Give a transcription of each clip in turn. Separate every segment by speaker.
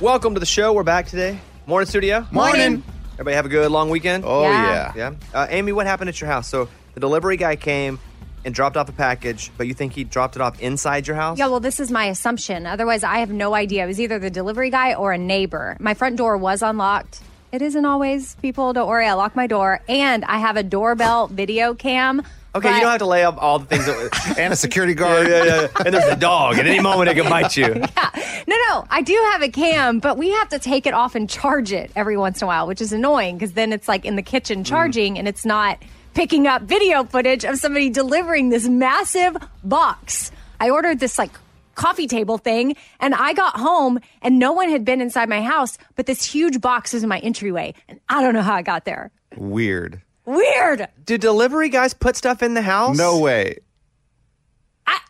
Speaker 1: Welcome to the show. We're back today. Morning, studio.
Speaker 2: Morning.
Speaker 1: Everybody have a good long weekend.
Speaker 2: Oh
Speaker 3: Yeah.
Speaker 2: yeah.
Speaker 1: Yeah. Uh, Amy, what happened at your house? So the delivery guy came and dropped off a package, but you think he dropped it off inside your house?
Speaker 3: Yeah, well, this is my assumption. Otherwise, I have no idea. It was either the delivery guy or a neighbor. My front door was unlocked. It isn't always, people. Don't worry, I lock my door. And I have a doorbell video cam.
Speaker 1: okay,
Speaker 3: but-
Speaker 1: you don't have to lay up all the things. That,
Speaker 2: And a security
Speaker 1: yeah,
Speaker 2: guard.
Speaker 1: yeah, yeah. And there's a dog. At any moment, it could bite you.
Speaker 3: No, no, I do have a cam, but we have to take it off and charge it every once in a while, which is annoying because then it's like in the
Speaker 1: Mm.
Speaker 3: kitchen charging and it's not picking up video footage of somebody delivering this massive box. I ordered this like coffee table thing and I got home and no one had been inside my house, but this huge box was in my entryway and I don't know how I got there.
Speaker 2: Weird.
Speaker 3: Weird.
Speaker 1: Do delivery guys put stuff in the house?
Speaker 2: No way.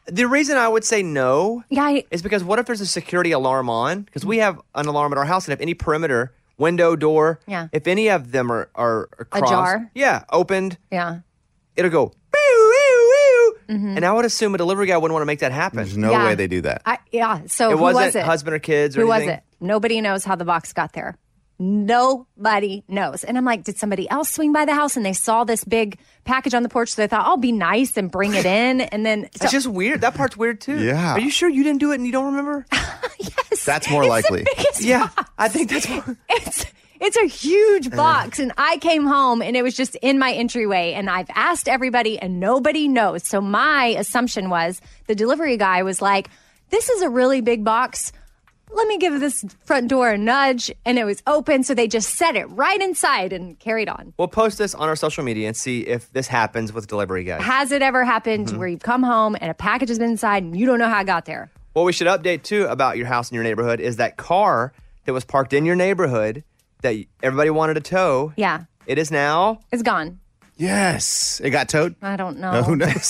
Speaker 1: The reason I would say no
Speaker 3: Yeah, I-
Speaker 1: is because what if there's a security alarm on? Because we have an alarm at our house, and if any perimeter, window, door,
Speaker 3: Yeah.
Speaker 1: if any of them are, are, are crossed,
Speaker 3: Ajar?
Speaker 1: yeah, opened,
Speaker 3: Yeah.
Speaker 1: it'll go, "Wee, wee, wee."
Speaker 3: Mm-hmm.
Speaker 1: and I would assume a delivery guy wouldn't want to make that happen.
Speaker 2: There's no
Speaker 3: Yeah.
Speaker 2: way they do that.
Speaker 3: I, yeah. So
Speaker 1: it
Speaker 3: who
Speaker 1: wasn't
Speaker 3: was it?
Speaker 1: husband or kids or
Speaker 3: Who
Speaker 1: anything.
Speaker 3: was it? Nobody knows how the box got there. Nobody knows. And I'm like, did somebody else swing by the house and they saw this big package on the porch? So they thought, I'll be nice and bring it in. And then, so,
Speaker 1: It's just weird. That part's weird too.
Speaker 2: Yeah.
Speaker 1: Are you sure you didn't do it and you don't remember?
Speaker 2: That's more likely.
Speaker 3: It's-
Speaker 1: yeah. I think that's more.
Speaker 3: it's it's a huge
Speaker 1: Uh-huh.
Speaker 3: box and i came home and it was just in my entryway and i've asked everybody and nobody knows so my assumption was the delivery guy was like this is a really big box let me give this front door a nudge and it was open so they just set it right inside and carried on
Speaker 1: We'll post this on our social media and see if this happens with delivery guys.
Speaker 3: has it ever happened
Speaker 1: Mm-hmm.
Speaker 3: to where you've come home and a package has been inside and you don't know how i got there
Speaker 1: What we should update too about your house and your neighborhood is that car that was parked in your neighborhood that everybody wanted to tow.
Speaker 3: yeah
Speaker 1: It is now.
Speaker 3: it's gone
Speaker 2: yes. It got towed.
Speaker 3: i don't know
Speaker 2: Uh, who knows?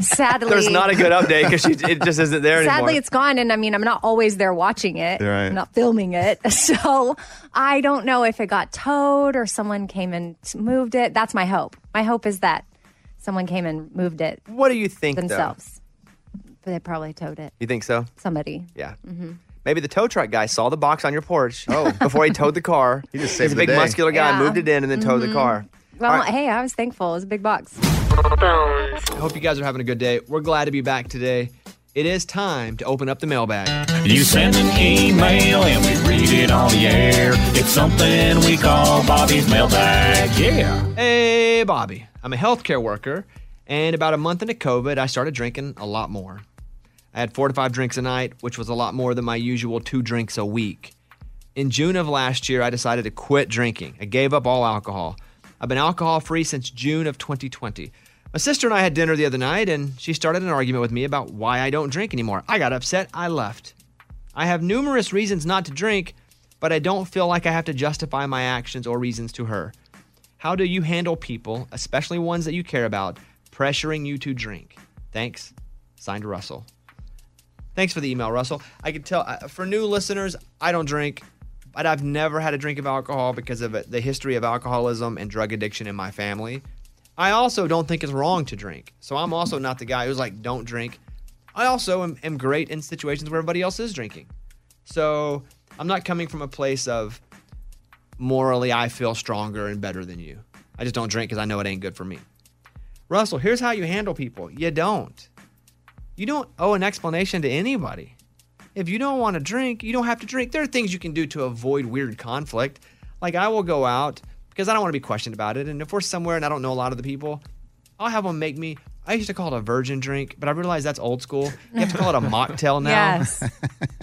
Speaker 3: sadly
Speaker 1: There's not a good update because it just isn't there anymore.
Speaker 3: Sadly, it's gone, and I mean, I'm not always there watching it.
Speaker 2: Right.
Speaker 3: I'm not filming it, so I don't know if it got towed or someone came and moved it. That's my hope. My hope is that someone came and moved it
Speaker 1: what do you think? though?
Speaker 3: themselves, but they probably towed it.
Speaker 1: You think so?
Speaker 3: Somebody. Mm-hmm.
Speaker 1: Yeah. Maybe the tow truck guy saw the box on your porch oh. before he towed the car. He
Speaker 2: just
Speaker 1: He's
Speaker 2: saved
Speaker 1: a
Speaker 2: the
Speaker 1: big
Speaker 2: day.
Speaker 1: muscular guy,
Speaker 3: Yeah.
Speaker 1: moved it in, and then towed the car.
Speaker 3: Well,
Speaker 1: All right.
Speaker 3: hey, I was thankful. It was a big box.
Speaker 1: I hope you guys are having a good day. We're glad to be back today. It is time to open up the mailbag.
Speaker 4: You send an email and we read it on the air. It's something we call Bobby's mailbag. Yeah.
Speaker 1: Hey, Bobby. I'm a healthcare worker, and about a month into COVID, I started drinking a lot more. I had four to five drinks a night, which was a lot more than my usual two drinks a week. In June of last year, I decided to quit drinking. I gave up all alcohol. I've been alcohol free since June of 2020. My sister and I had dinner the other night, and she started an argument with me about why I don't drink anymore. I got upset. I left. I have numerous reasons not to drink, but I don't feel like I have to justify my actions or reasons to her. How do you handle people, especially ones that you care about, pressuring you to drink? Thanks. Signed Russell. Thanks for the email, Russell. I can tell I- for new listeners, I don't drink, but I've never had a drink of alcohol because of it- the history of alcoholism and drug addiction in my family. I also don't think it's wrong to drink. So I'm also not the guy who's like, don't drink. I also am, am great in situations where everybody else is drinking. So I'm not coming from a place of, morally I feel stronger and better than you. I just don't drink because I know it ain't good for me. Russell, here's how you handle people. You don't. You don't owe an explanation to anybody. If you don't want to drink, you don't have to drink. There are things you can do to avoid weird conflict. Like I will go out because I don't want to be questioned about it. And if we're somewhere and I don't know a lot of the people, I'll have them make me. I used to call it a virgin drink, but I realized that's old school. You have to call it a mocktail now.
Speaker 3: Yes.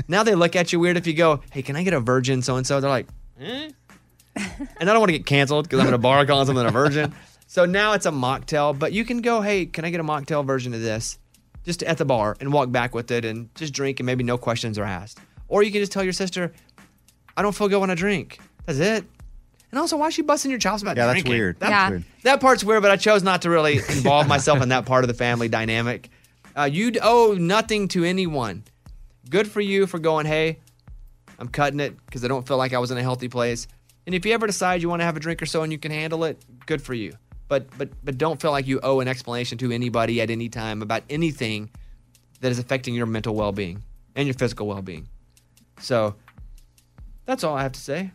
Speaker 1: Now they look at you weird if you go, "Hey, can I get a virgin so and so?" They're like, "Eh." and I don't want to get canceled because I'm in a bar calling something a virgin. So now it's a mocktail, but you can go, "Hey, can I get a mocktail version of this?" Just at the bar and walk back with it and just drink and maybe no questions are asked. Or you can just tell your sister, "I don't feel good when I drink." That's it. And also, why is she busting your chops about
Speaker 2: Yeah, that's
Speaker 1: drinking?
Speaker 2: weird.
Speaker 1: That-
Speaker 3: Yeah.
Speaker 2: weird.
Speaker 1: that part's weird, but I chose not to really involve myself in that part of the family dynamic. Uh, you'd owe nothing to anyone. Good for you for going, hey, I'm cutting it because I don't feel like I was in a healthy place. And if you ever decide you want to have a drink or so and you can handle it, good for you. But but but don't feel like you owe an explanation to anybody at any time about anything that is affecting your mental well-being and your physical well-being. So
Speaker 5: That's all I have to say.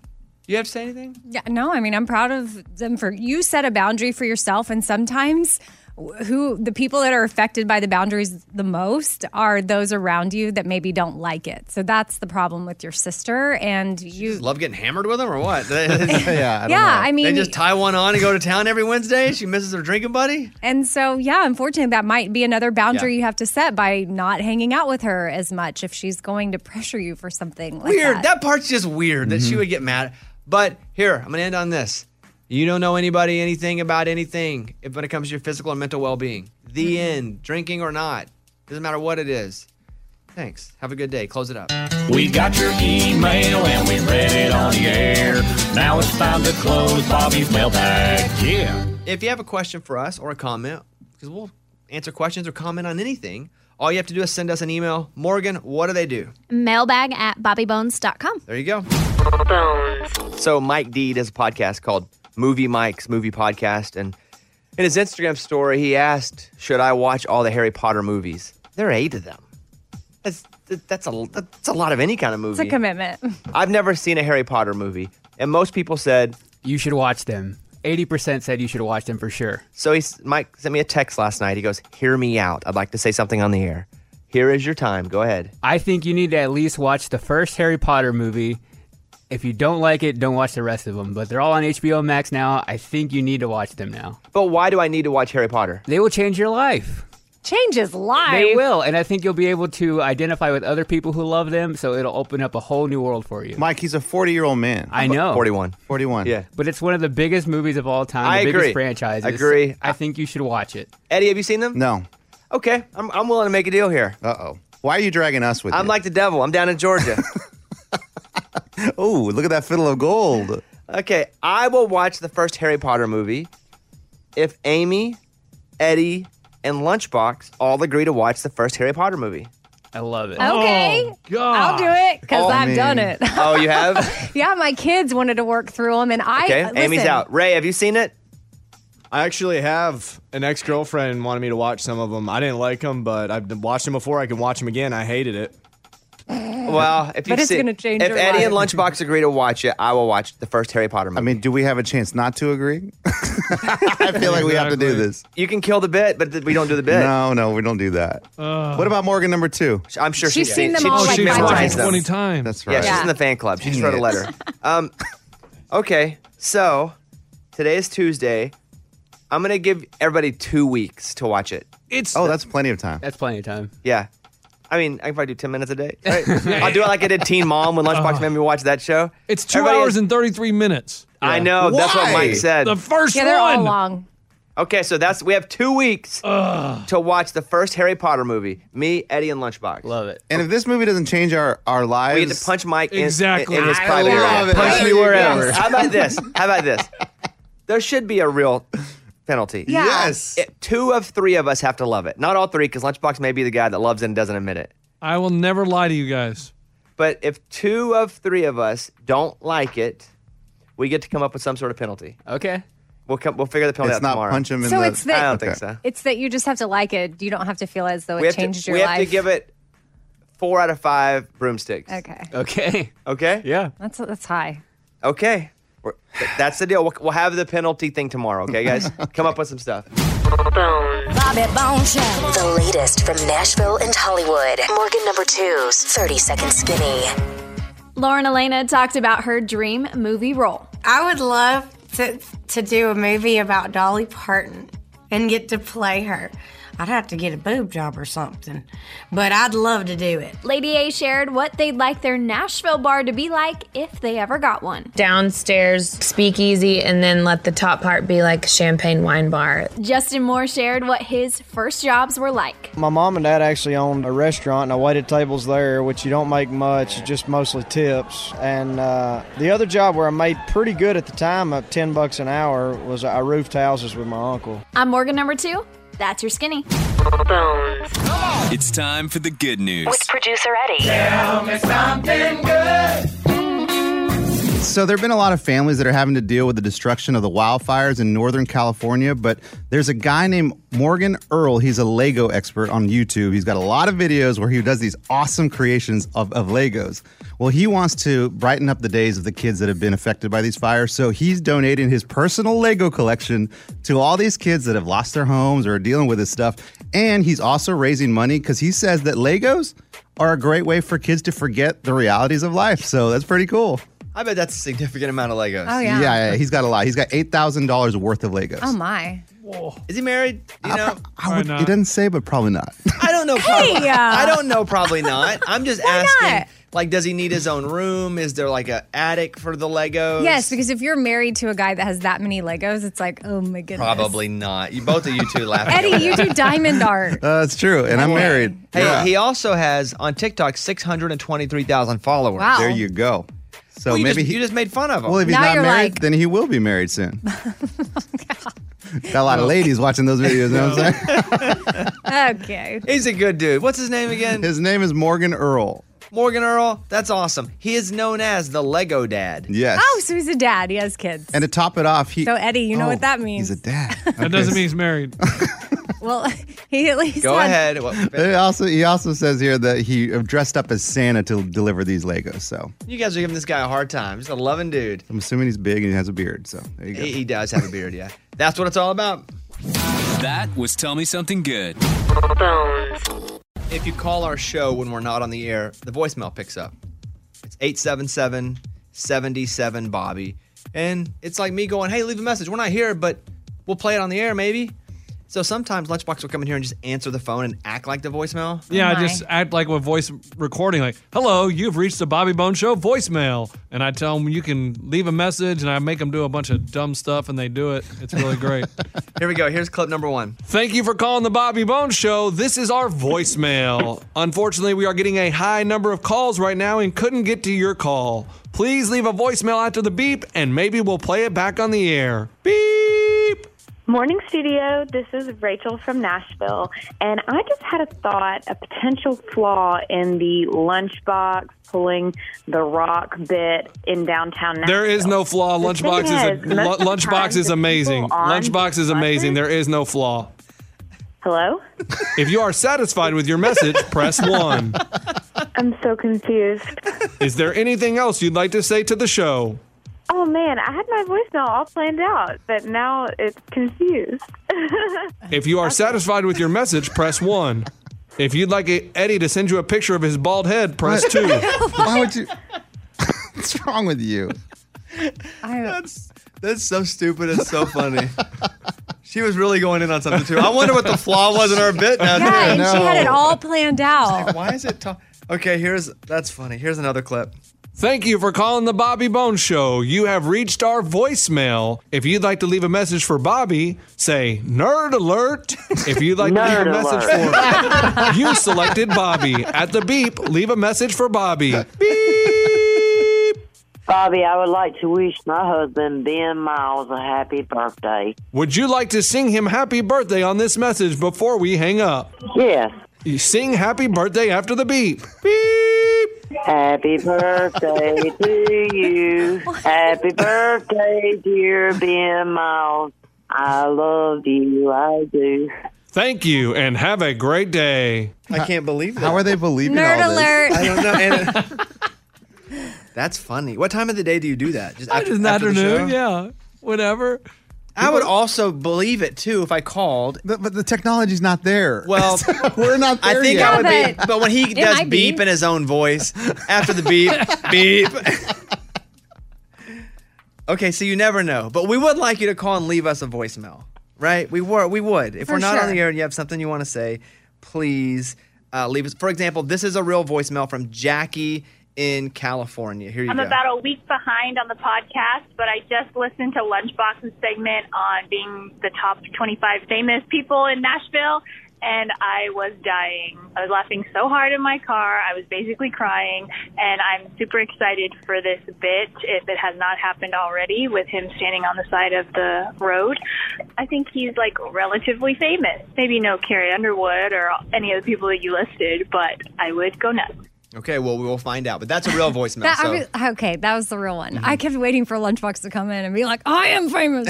Speaker 5: You have to say anything?
Speaker 3: Yeah, no, I mean, I'm proud of them for you set a boundary for yourself, and sometimes wh- who the people that are affected by the boundaries the most are those around you that maybe don't like it. So that's the problem with your sister, and you.
Speaker 5: Love getting hammered with them or what? they
Speaker 1: yeah. I don't
Speaker 3: yeah,
Speaker 1: know.
Speaker 3: I mean,
Speaker 5: just tie one on and go to town every Wednesday. She misses her drinking buddy.
Speaker 3: and so yeah, unfortunately, that might be another boundary
Speaker 5: Yeah.
Speaker 3: you have to set by not hanging out with her as much if she's going to pressure you for something. Like
Speaker 5: Weird.
Speaker 3: that.
Speaker 5: That part's just weird that she
Speaker 2: Mm-hmm.
Speaker 5: would get mad. But here, I'm gonna end on this. You don't know anybody anything about anything if when it comes to your physical and mental well-being.
Speaker 3: Mm-hmm.
Speaker 5: The end. Drinking or not, doesn't matter what it is. Thanks. Have a good day. Close it up.
Speaker 2: We got your email and we read it on the air. Now it's time to close Bobby's mailbag. Yeah.
Speaker 5: If you have a question for us or a comment, because we'll answer questions or comment on anything, all you have to do is send us an email. Morgan, what do they do?
Speaker 6: Mailbag at bobbybones.com.
Speaker 5: There you go.
Speaker 1: So Mike D does a podcast called Movie Mike's Movie Podcast, and in his Instagram story, he asked, "Should I watch all the Harry Potter movies?" There are eight of them. That's that's a that's a lot of any kind of
Speaker 3: It's a
Speaker 1: movie.
Speaker 3: commitment.
Speaker 1: I've never seen a Harry Potter movie, and most people said
Speaker 7: You should watch them. 80% said you should watch them for sure.
Speaker 1: So he's Mike sent me a text last night. He goes, "Hear me out. I'd like to say something on the air. Here is your time. Go ahead."
Speaker 7: I think you need to at least watch the first Harry Potter movie. If you don't like it, don't watch the rest of them. But they're all on HBO Max now. I think you need to watch them now.
Speaker 1: But why do I need to watch Harry Potter?
Speaker 7: They will change your life.
Speaker 3: Changes life.
Speaker 7: They will, and I think you'll be able to identify with other people who love them. So it'll open up a whole new world for you.
Speaker 8: Mike, he's a 40 year old man.
Speaker 7: I know.
Speaker 1: 41.
Speaker 8: 41.
Speaker 1: Yeah.
Speaker 7: But it's one of the biggest movies of all time.
Speaker 1: I
Speaker 7: the
Speaker 1: agree.
Speaker 7: biggest franchise.
Speaker 1: Agree.
Speaker 7: I think you should watch it.
Speaker 1: Eddie, have you seen them?
Speaker 8: No.
Speaker 1: Okay, I'm, I'm willing to make a deal here.
Speaker 8: Uh oh. Why are you dragging us with
Speaker 1: I'm
Speaker 8: you?
Speaker 1: like the devil. I'm down in Georgia.
Speaker 8: oh, look at that fiddle of gold.
Speaker 1: okay, I will watch the first Harry Potter movie if Amy, Eddie, and Lunchbox all agree to watch the first Harry Potter movie.
Speaker 7: I love it. Oh,
Speaker 3: Okay, I'll do it because
Speaker 1: Oh,
Speaker 3: I've done it.
Speaker 1: Oh, you have?
Speaker 3: Yeah, my kids wanted to work through them, and I. uh,
Speaker 1: Okay, Amy's
Speaker 3: listen,
Speaker 1: out. Ray, have you seen it?
Speaker 9: I actually have an ex girlfriend wanted me to watch some of them. I didn't like them, but I've watched them before. I can watch them again. I hated it.
Speaker 1: Well, if you
Speaker 3: it's gonna change
Speaker 1: if
Speaker 3: your
Speaker 1: Eddie and
Speaker 3: life.
Speaker 1: Lunchbox agree to watch it, I will watch the first Harry Potter movie.
Speaker 8: I mean, do we have a chance not to agree? I feel like we have to do
Speaker 9: Exactly.
Speaker 8: this.
Speaker 1: you can kill the bit, but th- we don't do the bit.
Speaker 8: No, no, we don't do that. what about Morgan number two?
Speaker 1: I'm sure
Speaker 3: She's seen them
Speaker 1: she- she
Speaker 3: all, like,
Speaker 9: Oh, she's
Speaker 3: five
Speaker 1: memorized
Speaker 3: times.
Speaker 1: them.
Speaker 9: twenty times.
Speaker 8: That's
Speaker 1: Yeah,
Speaker 8: right.
Speaker 1: she's
Speaker 3: Yeah.
Speaker 1: in the fan club. She just wrote a
Speaker 8: it.
Speaker 1: letter. um, okay, so today is Tuesday. I'm gonna give everybody two weeks to watch it.
Speaker 9: It's
Speaker 8: Oh, that's plenty of time.
Speaker 7: That's plenty of time.
Speaker 1: Yeah. I mean, I can probably do 10 minutes a day. Right? I'll do it like I did Teen Mom when Lunchbox made me watch that show.
Speaker 9: Uh-huh. it's two
Speaker 1: Everybody
Speaker 9: hours
Speaker 1: is-
Speaker 9: and thirty three minutes.
Speaker 1: I know. That's what
Speaker 8: Why?
Speaker 1: Mike said.
Speaker 9: The first
Speaker 3: Yeah, they're all
Speaker 9: one.
Speaker 3: long.
Speaker 1: okay, so that's we have two weeks to watch the first Harry Potter movie. Me, Eddie, and Lunchbox.
Speaker 7: Love it.
Speaker 8: And if this movie doesn't change our, our lives,
Speaker 1: We get to punch Mike in-
Speaker 9: Exactly.
Speaker 1: in, in his
Speaker 9: I
Speaker 1: private
Speaker 8: love
Speaker 1: area.
Speaker 8: it.
Speaker 7: Punch
Speaker 8: There
Speaker 7: me
Speaker 8: you go.
Speaker 7: wherever.
Speaker 1: How about this? How about this? There should be a real penalty.
Speaker 3: Yeah.
Speaker 8: Yes.
Speaker 1: It- two of three of us have to love it. Not all three, because Lunchbox may be the guy that loves it and doesn't admit it.
Speaker 9: I will never lie to you guys.
Speaker 1: But if two of three of us don't like it, we get to come up with some sort of penalty.
Speaker 7: Okay.
Speaker 1: We'll come, we'll figure the penalty
Speaker 8: it's
Speaker 1: out
Speaker 8: not
Speaker 1: tomorrow.
Speaker 8: punch him in
Speaker 3: So
Speaker 8: the.
Speaker 3: it's the-
Speaker 1: Mm, I don't think
Speaker 8: Okay.
Speaker 1: so.
Speaker 3: It's that you just have to like it. You don't have to feel as though
Speaker 1: We
Speaker 3: it
Speaker 1: have,
Speaker 3: changed
Speaker 1: to,
Speaker 3: your
Speaker 1: we have
Speaker 3: life.
Speaker 1: to give it four out of five broomsticks.
Speaker 3: okay,
Speaker 7: Okay.
Speaker 1: Okay.
Speaker 7: Yeah.
Speaker 3: that's that's high.
Speaker 1: Okay. We're, th- that's the deal. We'll, we'll have the penalty thing tomorrow. Okay, guys. come up with some stuff.
Speaker 10: Bobby Bones Show.
Speaker 11: The latest from Nashville and Hollywood. Morgan number two's 30 Second Skinny.
Speaker 6: Lauren Elena talked about her dream movie role.
Speaker 12: I would love to to do a movie about Dolly Parton and get to play her. I'd have to get a boob job or something, but I'd love to do it.
Speaker 6: Lady A shared what they'd like their Nashville bar to be like if they ever got one.
Speaker 12: Downstairs speakeasy, and then let the top part be like champagne wine bar.
Speaker 6: Justin Moore shared what his first jobs were like.
Speaker 12: My mom and dad actually owned a restaurant, and I waited tables there, which you don't make much, just mostly tips. And uh, the other job where I made pretty good at the time, at ten bucks an hour, was I roofed houses with my uncle.
Speaker 6: I'm Morgan number two. That's your skinny.
Speaker 4: It's time for the good news.
Speaker 11: With producer Eddie.
Speaker 8: So there have been a lot of families that are having to deal with the destruction of the wildfires in Northern California, but there's a guy named Morgan Earl. He's a Lego expert on YouTube. He's got a lot of videos where he does these awesome creations of, of Legos. Well, he wants to brighten up the days of the kids that have been affected by these fires. So he's donating his personal Lego collection to all these kids that have lost their homes or are dealing with this stuff. And he's also raising money because he says that Legos are a great way for kids to forget the realities of life. So that's pretty cool.
Speaker 1: I bet that's a significant amount of Legos.
Speaker 3: Oh, yeah.
Speaker 8: Yeah, yeah, he's got a lot. He's got $8,000 worth of Legos.
Speaker 3: Oh my.
Speaker 1: Is he married? You know,
Speaker 8: I would- it doesn't say, but probably not.
Speaker 1: I don't know.
Speaker 3: Hey,
Speaker 1: Probably,
Speaker 3: uh,
Speaker 1: I don't know. Probably not. I'm just
Speaker 3: Why
Speaker 1: asking.
Speaker 3: not?
Speaker 1: Like, does he need his own room? Is there like a attic for the Legos?
Speaker 3: Yes, because if you're married to a guy that has that many Legos, it's like, oh my goodness.
Speaker 1: Probably not. You both of you two laughing. at
Speaker 3: Eddie,
Speaker 1: me.
Speaker 3: you do diamond art.
Speaker 8: Uh, that's true. And I'm married.
Speaker 1: Hey, he also has on TikTok 623,000 followers.
Speaker 3: Wow.
Speaker 8: There you go. So
Speaker 1: Well, you
Speaker 8: maybe
Speaker 1: just,
Speaker 8: he.
Speaker 1: you just made fun of him.
Speaker 8: well, if he's not married, then he will be married soon. Got a lot of ladies watching those videos. You know what I'm saying?
Speaker 3: Okay.
Speaker 1: he's a good dude. What's his name again?
Speaker 8: His name is Morgan Earl.
Speaker 1: Morgan Earl. That's awesome. He is known as the Lego Dad.
Speaker 8: Yes.
Speaker 3: Oh, so he's a dad. He has kids.
Speaker 8: And to top it off, he.
Speaker 3: So, Eddie, you know
Speaker 8: Oh,
Speaker 3: what that means.
Speaker 8: He's a dad.
Speaker 9: That doesn't mean he's married.
Speaker 3: well, he at least. had-
Speaker 8: He also, he also says here that he dressed up as Santa to deliver these Legos. So
Speaker 1: You guys are giving this guy a hard time. He's a loving dude.
Speaker 8: I'm assuming he's big and he has a beard. So there you go.
Speaker 1: He, he does have a beard, yeah. That's what it's all about.
Speaker 4: That was Tell Me Something Good.
Speaker 1: If you call our show when we're not on the air, the voicemail picks up. It's 877 77 Bobby. And it's like me going, hey, leave a message. We're not here, but we'll play it on the air maybe. So sometimes Lunchbox will come in here and just answer the phone and act like the voicemail.
Speaker 9: Yeah, I just act like with voice recording, like, hello, you've reached the Bobby Bone Show voicemail. And I tell them you can leave a message, and I make them do a bunch of dumb stuff, and they do it. It's really great.
Speaker 1: Here we go. Here's clip number one.
Speaker 9: Thank you for calling the Bobby Bone Show. This is our voicemail. Unfortunately, we are getting a high number of calls right now and couldn't get to your call. Please leave a voicemail after the beep, and maybe we'll play it back on the air.
Speaker 13: Morning studio. This is Rachel from Nashville, and I just had a thought, a potential flaw in the lunchbox pulling the rock bit in downtown Nashville.
Speaker 9: There is no flaw.
Speaker 13: The
Speaker 9: Lunchbox is,
Speaker 13: thing
Speaker 9: a,
Speaker 13: most
Speaker 9: lu-
Speaker 13: of the
Speaker 9: lunchbox
Speaker 13: times
Speaker 9: is
Speaker 13: the
Speaker 9: amazing.
Speaker 13: people on-
Speaker 9: Lunchbox is amazing. There is no flaw.
Speaker 13: Hello.
Speaker 9: If you are satisfied with your message, press one.
Speaker 13: I'm so confused.
Speaker 9: Is there anything else you'd like to say to the show?
Speaker 13: Oh man, I had my voicemail all planned out, but now it's confused.
Speaker 9: If you are satisfied with your message, press one. If you'd like Eddie to send you a picture of his bald head, press two.
Speaker 8: What? Why would you? What's wrong with you?
Speaker 1: that's that's so stupid and so funny. she was really going in on something too. I wonder what the flaw was in her bit. Now
Speaker 3: Yeah,
Speaker 1: too.
Speaker 3: and she had it all planned out.
Speaker 1: Oh. Why is it? Ta- okay, here's that's funny. Here's another clip.
Speaker 9: Thank you for calling the Bobby Bones Show. You have reached our voicemail. If you'd like to leave a message for Bobby, say nerd alert. If you'd like to leave a
Speaker 14: Nerd
Speaker 9: message for you selected Bobby. At the beep, leave a message for Bobby.
Speaker 2: Bobby, I would like to wish my husband Ben Miles a happy birthday.
Speaker 9: Would you like to sing him happy birthday on this message before we hang up?
Speaker 2: Yes.
Speaker 9: You sing happy birthday after the beep.
Speaker 2: Happy birthday to you. Happy birthday, dear Ben Miles. I love you. I do.
Speaker 9: Thank you and have a great day.
Speaker 1: I can't believe that.
Speaker 8: How are they believing all this?
Speaker 1: I don't know. And that's funny. What time of the day do you do that? Just after,
Speaker 9: in the
Speaker 1: after the
Speaker 9: afternoon,
Speaker 1: show?
Speaker 9: yeah. Whenever.
Speaker 1: I would also believe it too if I called.
Speaker 8: But, but the technology's not there.
Speaker 1: Well,
Speaker 8: we're not
Speaker 1: I
Speaker 8: there
Speaker 1: think
Speaker 8: yet.
Speaker 1: I would be, but when he
Speaker 8: It
Speaker 1: does
Speaker 8: might
Speaker 1: beep
Speaker 8: be.
Speaker 1: in his own voice after the beep, beep. okay, so you never know, but we would like you to call and leave us a voicemail, right? We were, we would. If
Speaker 15: For
Speaker 1: we're not on
Speaker 15: sure.
Speaker 1: the air and you have something you want to say, please uh, leave us. For example, this is a real voicemail from Jackie in California. Here you
Speaker 16: I'm
Speaker 1: go.
Speaker 16: about a week behind on the podcast, but I just listened to Lunchbox's segment on being the top 25 famous people in Nashville, and I was dying. I was laughing so hard in my car, I was basically crying, and I'm super excited for this bit, if it has not happened already, with him standing on the side of the road. I think he's like relatively famous. Maybe no Carrie Underwood or any of the people that you listed, but I would go nuts.
Speaker 1: okay, well we will find out, but that's a real voicemail.
Speaker 3: That,
Speaker 1: so.
Speaker 3: I was, okay, that was the real one. I kept waiting for Lunchbox to come in and be like, I am famous.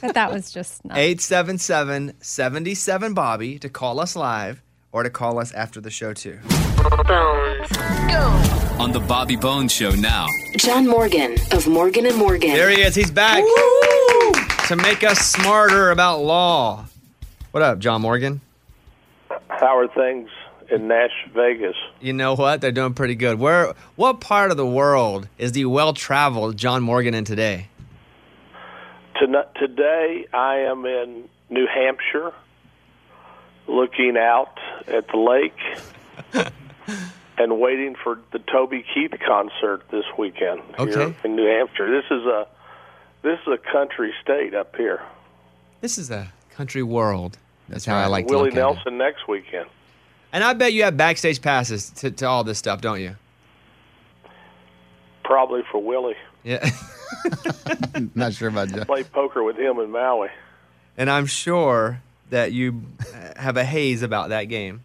Speaker 3: but that was just not.
Speaker 1: 877 77 Bobby to call us live
Speaker 17: or to call us after the show, too.
Speaker 18: On the Bobby Bones Show now.
Speaker 11: John Morgan of Morgan and Morgan.
Speaker 1: There he is. He's back to make us smarter about law. What up, John Morgan?
Speaker 19: How are things in Nash Vegas?
Speaker 1: You know what? They're doing pretty good. Where? What part of the world is the well-traveled John Morgan in today?
Speaker 19: Tonight, today, I am in New Hampshire, looking out at the lake and waiting for the Toby Keith concert this weekend
Speaker 1: Okay.
Speaker 19: here in New Hampshire. This is a this is a country state up here.
Speaker 1: This is a country world. That's how I like to
Speaker 19: Willie
Speaker 1: look at it.
Speaker 19: Nelson next weekend.
Speaker 1: And I bet you have backstage passes to, to all this stuff, don't you?
Speaker 19: Probably for Willie.
Speaker 1: Yeah.
Speaker 8: Not sure about John.
Speaker 19: Play poker with him in Maui.
Speaker 1: And I'm sure that you uh, have a haze about that game.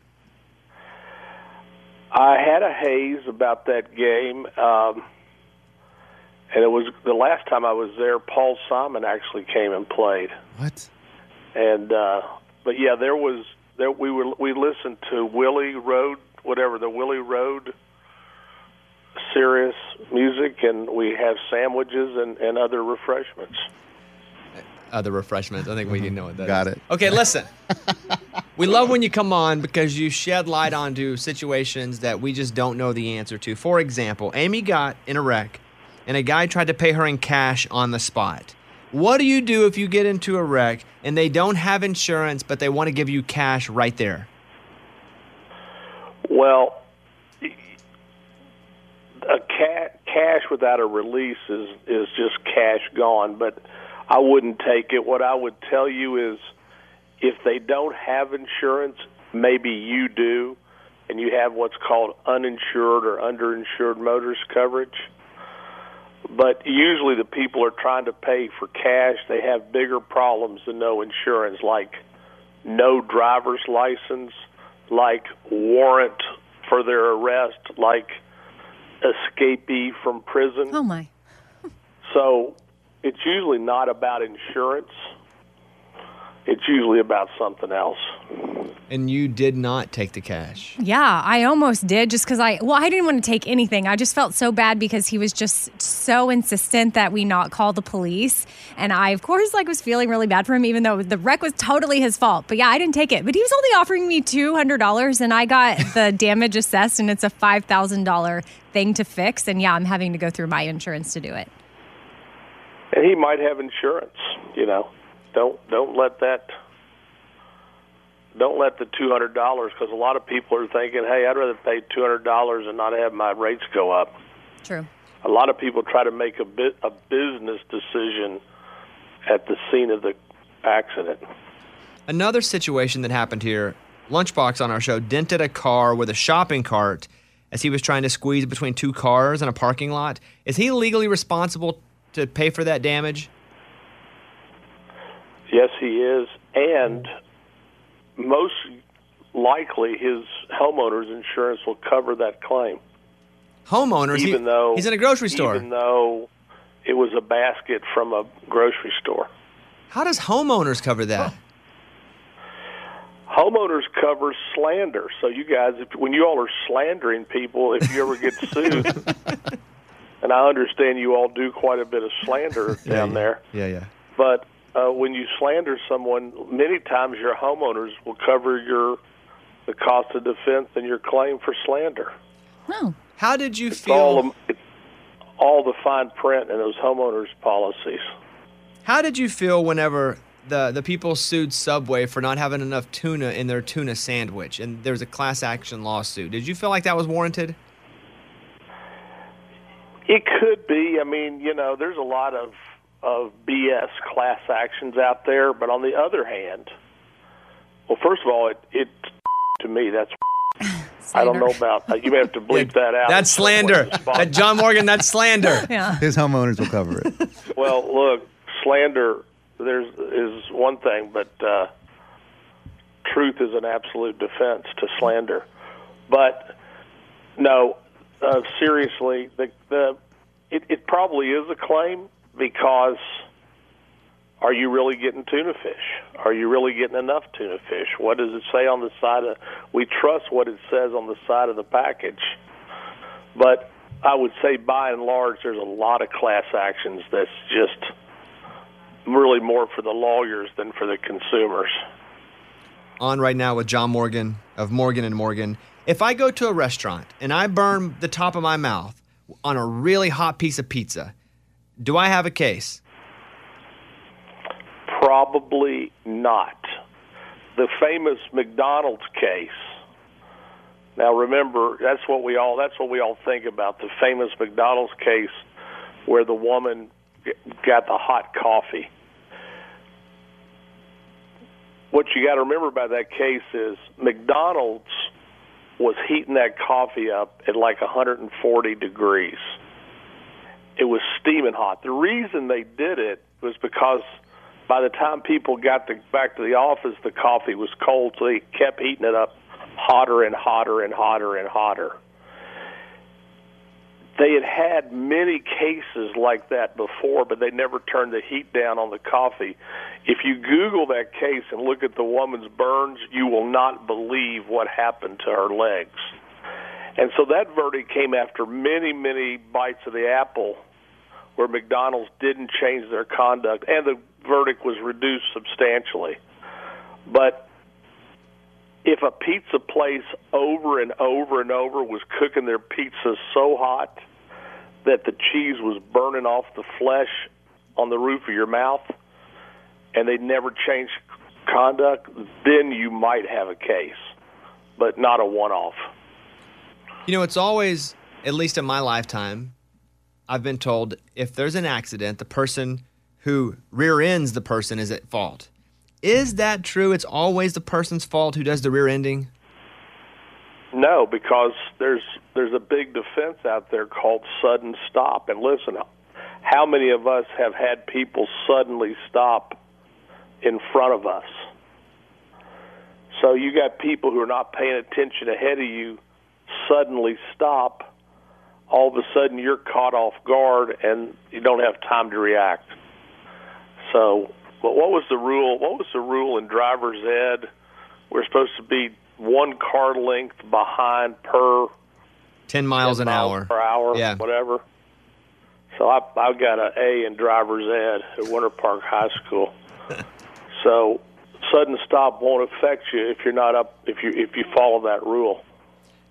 Speaker 19: I had a haze about that game, um, and it was the last time I was there. Paul Simon actually came and played.
Speaker 8: What?
Speaker 19: And uh, but yeah, there was there we were we listened to Willie Road whatever the Willie Road serious music, and we have sandwiches and, and other refreshments.
Speaker 1: Other refreshments. I think we know what that
Speaker 8: Got it.
Speaker 1: Okay, listen. we love when you come on because you shed light onto situations that we just don't know the answer to. For example, Amy got in a wreck and a guy tried to pay her in cash on the spot. What do you do if you get into a wreck and they don't have insurance but they want to give you cash right there?
Speaker 19: Well, a ca- cash without a release is is just cash gone. But I wouldn't take it. What I would tell you is, if they don't have insurance, maybe you do, and you have what's called uninsured or underinsured motorist coverage. But usually, the people are trying to pay for cash. They have bigger problems than no insurance, like no driver's license, like warrant for their arrest, like escapee from prison.
Speaker 3: Oh my.
Speaker 19: So it's usually not about insurance. It's usually about something else.
Speaker 1: And you did not take the cash.
Speaker 3: Yeah, I almost did just because I, well, I didn't want to take anything. I just felt so bad because he was just so insistent that we not call the police. And I, of course, like was feeling really bad for him, even though the wreck was totally his fault. But yeah, I didn't take it. But he was only offering me $200 and I got the damage assessed and it's a $5,000 thing to fix. And yeah, I'm having to go through my insurance to do it.
Speaker 19: And he might have insurance, you know. Don't don't let that don't let the two hundred dollars because a lot of people are thinking, hey, I'd rather pay two hundred dollars and not have my rates go up.
Speaker 3: True.
Speaker 19: A lot of people try to make a bit a business decision at the scene of the accident.
Speaker 1: Another situation that happened here Lunchbox on our show dented a car with a shopping cart as he was trying to squeeze between two cars in a parking lot. Is he legally responsible to pay for that damage?
Speaker 19: Yes, he is, and most likely his homeowner's insurance will cover that claim.
Speaker 1: Homeowners,
Speaker 19: even though
Speaker 1: he's in a grocery store.
Speaker 19: even though it was a basket from a grocery store.
Speaker 1: How does homeowners cover that?
Speaker 19: Homeowners cover slander, so you guys, if, when you all are slandering people, if you ever get sued, and I understand you all do quite a bit of slander down there,
Speaker 1: Yeah, yeah.
Speaker 19: but uh, when you slander someone, many times your homeowners will cover your the cost of defense and your claim for slander.
Speaker 3: No.
Speaker 1: How did you
Speaker 19: feel? All, the- all the fine print in those homeowners policies.
Speaker 1: How did you feel whenever the, the people sued Subway for not having enough tuna in their tuna sandwich and there was a class action lawsuit? Did you feel like that was warranted?
Speaker 19: It could be. I mean, you know, there's a lot of of BS class actions out there, but on the other hand, well, first of all, it it to me that's I don't know about you may have to bleep that out.
Speaker 1: That's slander. That John Morgan, that's slander.
Speaker 3: yeah.
Speaker 8: His homeowners will cover it.
Speaker 19: Well, look, slander there's is one thing, but uh, truth is an absolute defense to slander. But no, uh, seriously, the the it, it probably is a claim because, Are you really getting tuna fish? Are you really getting enough tuna fish? What does it say on the side of? We trust what it says on the side of the package, but I would say by and large, there's a lot of class actions that's just really more for the lawyers than for the consumers.
Speaker 1: on right now with John Morgan of Morgan and Morgan. If I go to a restaurant and I burn the top of my mouth on a really hot piece of pizza, do I have a case?
Speaker 19: Probably not. The famous McDonald's case. Now remember, that's what we all that's what we all think about the famous McDonald's case where the woman g- got the hot coffee. What you got to remember about that case is McDonald's was heating that coffee up at like 140 degrees. It was steaming hot. The reason they did it was because by the time people got to, back to the office, the coffee was cold, so they kept heating it up hotter and hotter and hotter and hotter. They had had many cases like that before, but they never turned the heat down on the coffee. If you Google that case and look at the woman's burns, you will not believe what happened to her legs. And so that verdict came after many, many bites of the apple where McDonald's didn't change their conduct, and the verdict was reduced substantially. But if a pizza place over and over and over was cooking their pizza so hot that the cheese was burning off the flesh on the roof of your mouth, and they never changed conduct, then you might have a case, but not a one off.
Speaker 1: You know, it's always, at least in my lifetime, I've been told if there's an accident, the person who rear ends the person is at fault. Is that true? It's always the person's fault who does the rear ending?
Speaker 19: No, because there's there's a big defense out there called sudden stop. And listen, how many of us have had people suddenly stop in front of us? So you got people who are not paying attention ahead of you suddenly stop. All of a sudden, you're caught off guard and you don't have time to react. So, but what was the rule? What was the rule in driver's ed? We're supposed to be one car length behind per
Speaker 1: 10 miles an
Speaker 19: miles
Speaker 1: hour.
Speaker 19: per hour,
Speaker 1: Yeah.
Speaker 19: whatever. So I I got an A in driver's ed at Winter Park High School. so sudden stop won't affect you if you're not up if you if you follow that rule.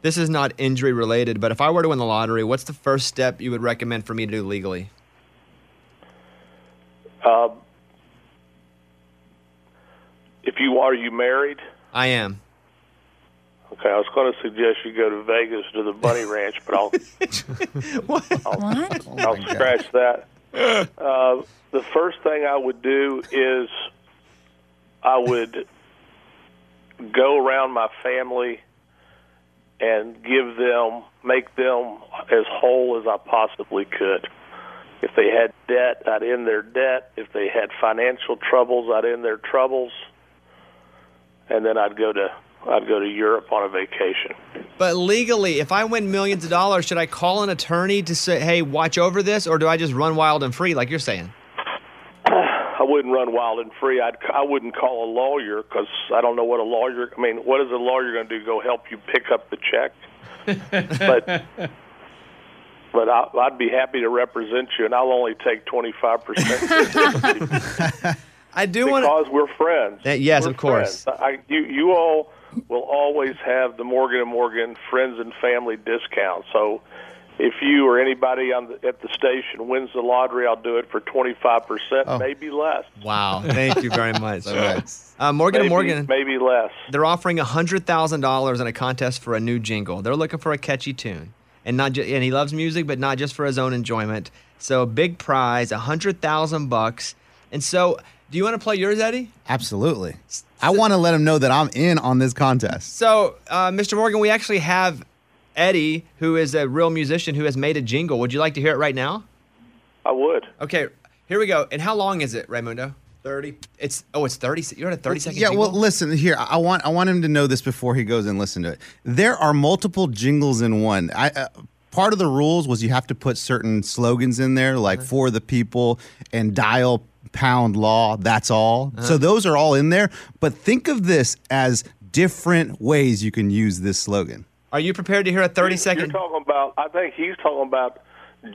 Speaker 1: This is not injury related, but if I were to win the lottery, what's the first step you would recommend for me to do legally?
Speaker 19: Uh, if you are you married?
Speaker 1: I am.
Speaker 19: Okay, I was going to suggest you go to Vegas to the Bunny Ranch, but I'll I'll, I'll scratch that. Uh, the first thing I would do is I would go around my family and give them, make them as whole as I possibly could. If they had debt, I'd end their debt. If they had financial troubles, I'd end their troubles. And then I'd go to I'd go to Europe on a vacation.
Speaker 1: But legally, if I win millions of dollars, should I call an attorney to say, hey, watch over this, or do I just run wild and free like you're saying?
Speaker 19: I wouldn't run wild and free. I'd, I wouldn't call a lawyer because I don't know what a lawyer. I mean, what is a lawyer going to do? Go help you pick up the check? but but I, I'd be happy to represent you, and I'll only take twenty five percent.
Speaker 1: I do
Speaker 19: because we're friends.
Speaker 1: That- yes,
Speaker 19: We're
Speaker 1: of course.
Speaker 19: friends. I, you you all will always have the Morgan and Morgan friends and family discount. So if you or anybody on the, at the station wins the lottery, I'll do it for twenty five percent,
Speaker 1: Oh.
Speaker 19: maybe less.
Speaker 1: Wow. Thank you very much.
Speaker 19: Yes.
Speaker 1: uh, Morgan
Speaker 19: maybe,
Speaker 1: and Morgan,
Speaker 19: maybe less.
Speaker 1: they're offering $100,000 in a contest for a new jingle. They're looking for a catchy tune. And not ju- and he loves music, but not just for his own enjoyment. So big prize, 100000 bucks. And so, do you want to play yours, Eddie?
Speaker 8: Absolutely. I want to let them know that I'm in on this contest.
Speaker 1: So, uh, Mr. Morgan, we actually have Eddie, who is a real musician who has made a jingle. Would you like to hear it right now?
Speaker 19: I would.
Speaker 1: Okay, here we go. And how long is it, Raymundo? 30. It's oh, it's 30. se- You're at a 30 second
Speaker 8: Yeah,
Speaker 1: jingle?
Speaker 8: well, listen here. I I want I want him to know this before he goes and listen to it. There are multiple jingles in one. I uh, part
Speaker 1: Uh-huh.
Speaker 8: of the rules was you have to put certain slogans in there, like for the people and dial pound law, that's all.
Speaker 1: Uh-huh.
Speaker 8: So those are all in there. But think of this as different ways you can use this slogan.
Speaker 1: Are you prepared to hear a 30
Speaker 19: You're talking about. I think he's talking about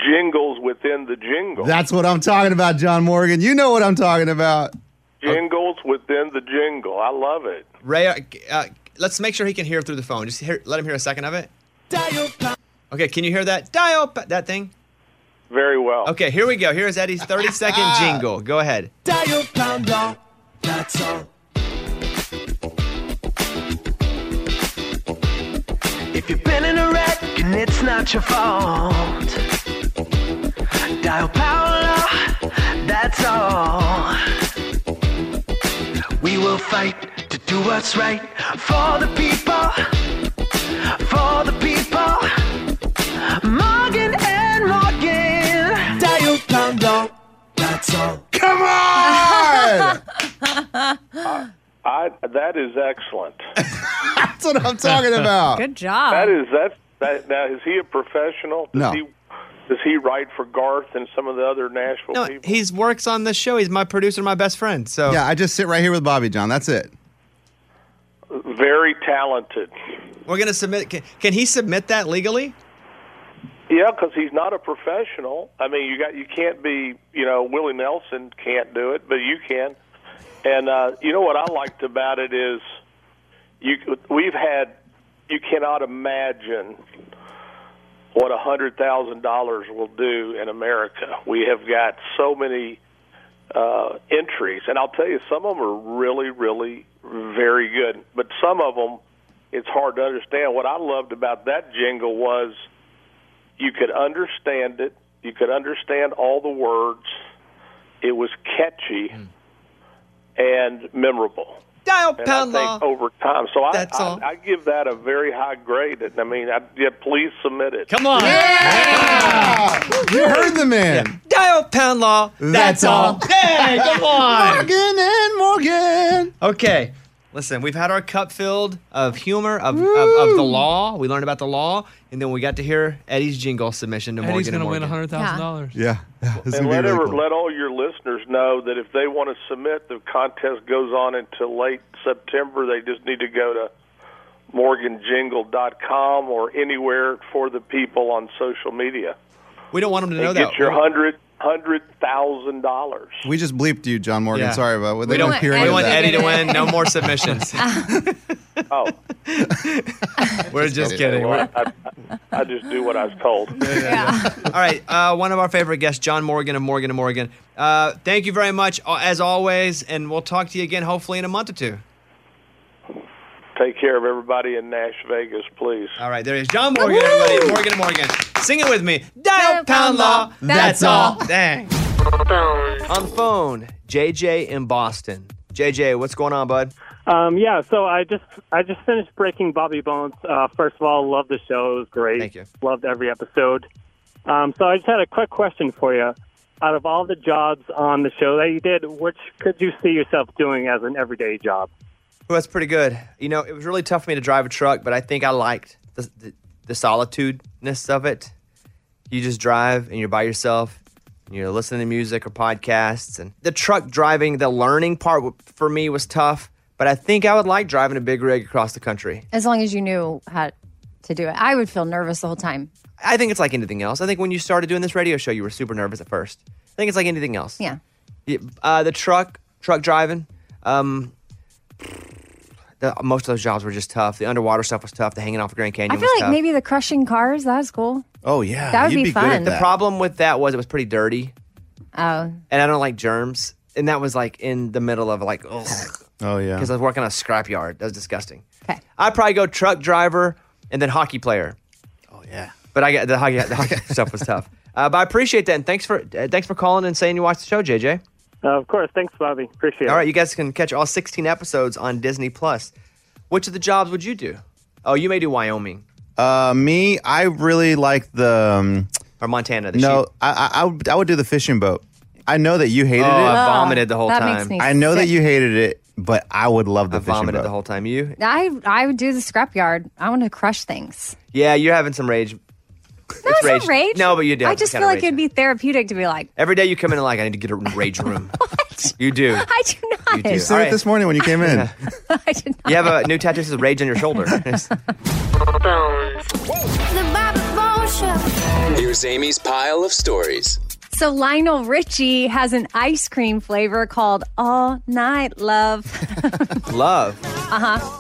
Speaker 19: jingles within the jingle.
Speaker 8: That's what I'm talking about, John Morgan. You know what I'm talking about.
Speaker 19: jingles within the jingle. I love it.
Speaker 1: Ray, uh, let's make sure he can hear through the phone. Just hear, let him hear a second of it. Okay, can you hear that? Dial pa- that thing.
Speaker 19: Very well.
Speaker 1: Okay, here we go. Here's Eddie's 30 second jingle. Go ahead.
Speaker 4: Dial pound dog. That's all. If you've been in a wreck and it's not your fault, dial pound law. That's all. We will fight to do what's right for the people. For the people. Morgan and Morgan. Dial pound dog. That's all.
Speaker 8: Come on!
Speaker 19: I, that is excellent.
Speaker 8: That's what I'm talking about.
Speaker 3: Good job.
Speaker 19: That is that. That now is he a professional? Does
Speaker 1: No.
Speaker 19: He, does he write for Garth and some of the other Nashville
Speaker 1: No,
Speaker 19: people?
Speaker 1: he's works on this show. He's my producer, my best friend. So
Speaker 8: Yeah, I just sit right here with Bobby John. That's it.
Speaker 19: Very talented.
Speaker 1: we're gonna submit. Can, can he submit that legally?
Speaker 19: Yeah, because he's not a professional. I mean, you got you can't be. You know, Willie Nelson can't do it, but you can. And uh, you know what I liked about it is, you we've had. You cannot imagine what a hundred thousand dollars will do in America. We have got so many uh, entries, and I'll tell you, some of them are really, really very good, but some of them it's hard to understand. What I loved about that jingle was you could understand it, you could understand all the words. It was catchy and memorable.
Speaker 1: Dial
Speaker 19: And
Speaker 1: pound
Speaker 19: I
Speaker 1: law.
Speaker 19: think over time, so I,
Speaker 1: That's all.
Speaker 19: I, I give that a very high grade. And I mean, I, yeah, please submit it.
Speaker 1: Come on.
Speaker 8: You heard the man.
Speaker 1: Dial pound law. That's,
Speaker 8: That's
Speaker 1: all.
Speaker 8: all.
Speaker 1: Hey, come on.
Speaker 8: Morgan and Morgan.
Speaker 1: Okay. Listen, we've had our cup filled of humor, of, of, of the law. We learned about the law, and then we got to hear Eddie's jingle submission to
Speaker 9: Eddie's
Speaker 1: Morgan.
Speaker 9: gonna win
Speaker 1: hundred
Speaker 9: thousand dollars.
Speaker 8: Yeah. This is
Speaker 19: and
Speaker 8: gonna be
Speaker 19: let,
Speaker 8: really
Speaker 19: every-
Speaker 8: cool.
Speaker 19: let all your listeners know that if they want to submit, the contest goes on until late September. They just need to go to morganjingle.com or anywhere for the people on social media.
Speaker 1: We don't want them to know
Speaker 19: and get
Speaker 1: that.
Speaker 19: your hundred hundred thousand dollars.
Speaker 8: We just bleeped you, John Morgan.
Speaker 1: Yeah.
Speaker 8: Sorry about what
Speaker 1: We
Speaker 8: they
Speaker 1: don't-
Speaker 8: don't hear.
Speaker 1: we
Speaker 8: any of
Speaker 1: want
Speaker 8: that.
Speaker 1: Eddie to win. No more submissions.
Speaker 19: Oh,
Speaker 1: We're just kidding. We're-
Speaker 19: well, I, I, I just do what I was told.
Speaker 1: All right, uh, one of our favorite guests, John Morgan of Morgan and Morgan. Uh, thank you very much, uh, as always, and we'll talk to you again hopefully in a month or two.
Speaker 19: Take care of everybody in Nash Vegas, please.
Speaker 1: All right, there is John Morgan, everybody. Morgan and Morgan. Sing it with me. Dial pound law. That's all. Dang.
Speaker 2: On the phone, JJ in Boston. JJ, what's going on, bud?
Speaker 20: Um, yeah, so I just I just finished breaking Bobby Bones. Uh, first of all, love the show. It was great. Thank you. Loved every episode. Um, so I just had a quick question for you. Out of all the jobs on the show that you did, which could you see yourself doing as an everyday job?
Speaker 2: Well, that's pretty good. You know, it was really tough for me to drive a truck, but I think I liked the, the, the solitudeness of it. You just drive and you're by yourself and you're listening to music or podcasts. And the truck driving, the learning part w- for me was tough, but I think I would like driving a big rig across the country.
Speaker 3: As long as you knew how to do it, I would feel nervous the whole time.
Speaker 2: I think it's like anything else. I think when you started doing this radio show, you were super nervous at first. I think it's like anything else.
Speaker 3: Yeah.
Speaker 2: Yeah, uh, the truck, truck driving. Um, the, most of those jobs were just tough. The underwater stuff was tough. The hanging off the Grand Canyon.
Speaker 3: I feel
Speaker 2: was
Speaker 3: like
Speaker 2: tough.
Speaker 3: maybe the crushing cars, that was cool.
Speaker 2: Oh yeah,
Speaker 3: That would you'd be be good at fun.
Speaker 2: The
Speaker 3: that.
Speaker 2: problem with that was it was pretty dirty,
Speaker 3: Oh,
Speaker 2: and I don't like germs. And that was like in the middle of like, oh,
Speaker 8: oh yeah,
Speaker 2: because I was working on a scrapyard. That was disgusting. Okay, I'd probably go truck driver and then hockey player. Oh yeah, but I got the hockey, the hockey stuff was tough. Uh, but I appreciate that, and thanks for uh, thanks for calling and saying you watched the show, JJ.
Speaker 20: Uh, of course, thanks, Bobby. Appreciate
Speaker 2: All right, you guys can catch all 16 episodes on Disney Plus. Which of the jobs would you do? Oh, you may do Wyoming
Speaker 8: Uh, me, I really like the. Um,
Speaker 2: or Montana. The
Speaker 8: no,
Speaker 2: sheep.
Speaker 8: I, I I would- I would do the fishing boat. I know that you hated
Speaker 2: Oh,
Speaker 8: it.
Speaker 2: I Ugh, vomited the whole
Speaker 3: that makes time. me
Speaker 8: I know that
Speaker 3: sick.
Speaker 8: you hated it, but I would love the fishing
Speaker 2: vomited
Speaker 8: boat
Speaker 2: the whole time. You?
Speaker 3: I I would do the scrapyard. I want to crush things.
Speaker 2: Yeah, you're having some rage.
Speaker 3: No, it's, not rage.
Speaker 1: No, but you do.
Speaker 3: I just
Speaker 1: Kinda
Speaker 3: feel like
Speaker 1: rage.
Speaker 3: it'd be therapeutic to be like,
Speaker 1: Every day you come in and like, I need to get a rage room. You do.
Speaker 3: I do not.
Speaker 1: do.
Speaker 8: You said
Speaker 1: All
Speaker 8: it
Speaker 1: right.
Speaker 8: this morning when you came in.
Speaker 1: You have a new tattoo that says rage on your shoulder.
Speaker 21: The Bobby Bones Show.
Speaker 4: Here's Amy's pile of stories.
Speaker 3: So Lionel Richie has an ice cream flavor called All Night Love.
Speaker 1: love.
Speaker 3: uh huh.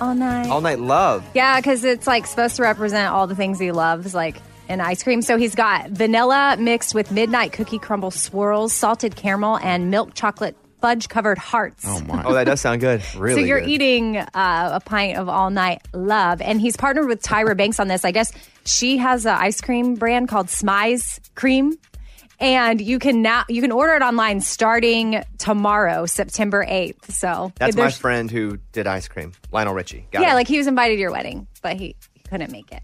Speaker 3: All night.
Speaker 1: All night love.
Speaker 3: Yeah, because it's like supposed to represent all the things he loves, like in ice cream. So he's got vanilla mixed with midnight cookie crumble swirls, salted caramel, and milk chocolate fudge covered hearts.
Speaker 1: my. Oh, that does sound good. Really.
Speaker 3: so you're
Speaker 1: good.
Speaker 3: eating uh, a pint of all night love, and he's partnered with Tyra Banks on this. I guess she has an ice cream brand called Smize Cream, and you can now you can order it online starting tomorrow, September eighth. So
Speaker 1: That's my
Speaker 3: there's-
Speaker 1: friend who did ice cream, Lionel Richie. Got
Speaker 3: yeah,
Speaker 1: it.
Speaker 3: like he was invited to your wedding, but he, he couldn't make it.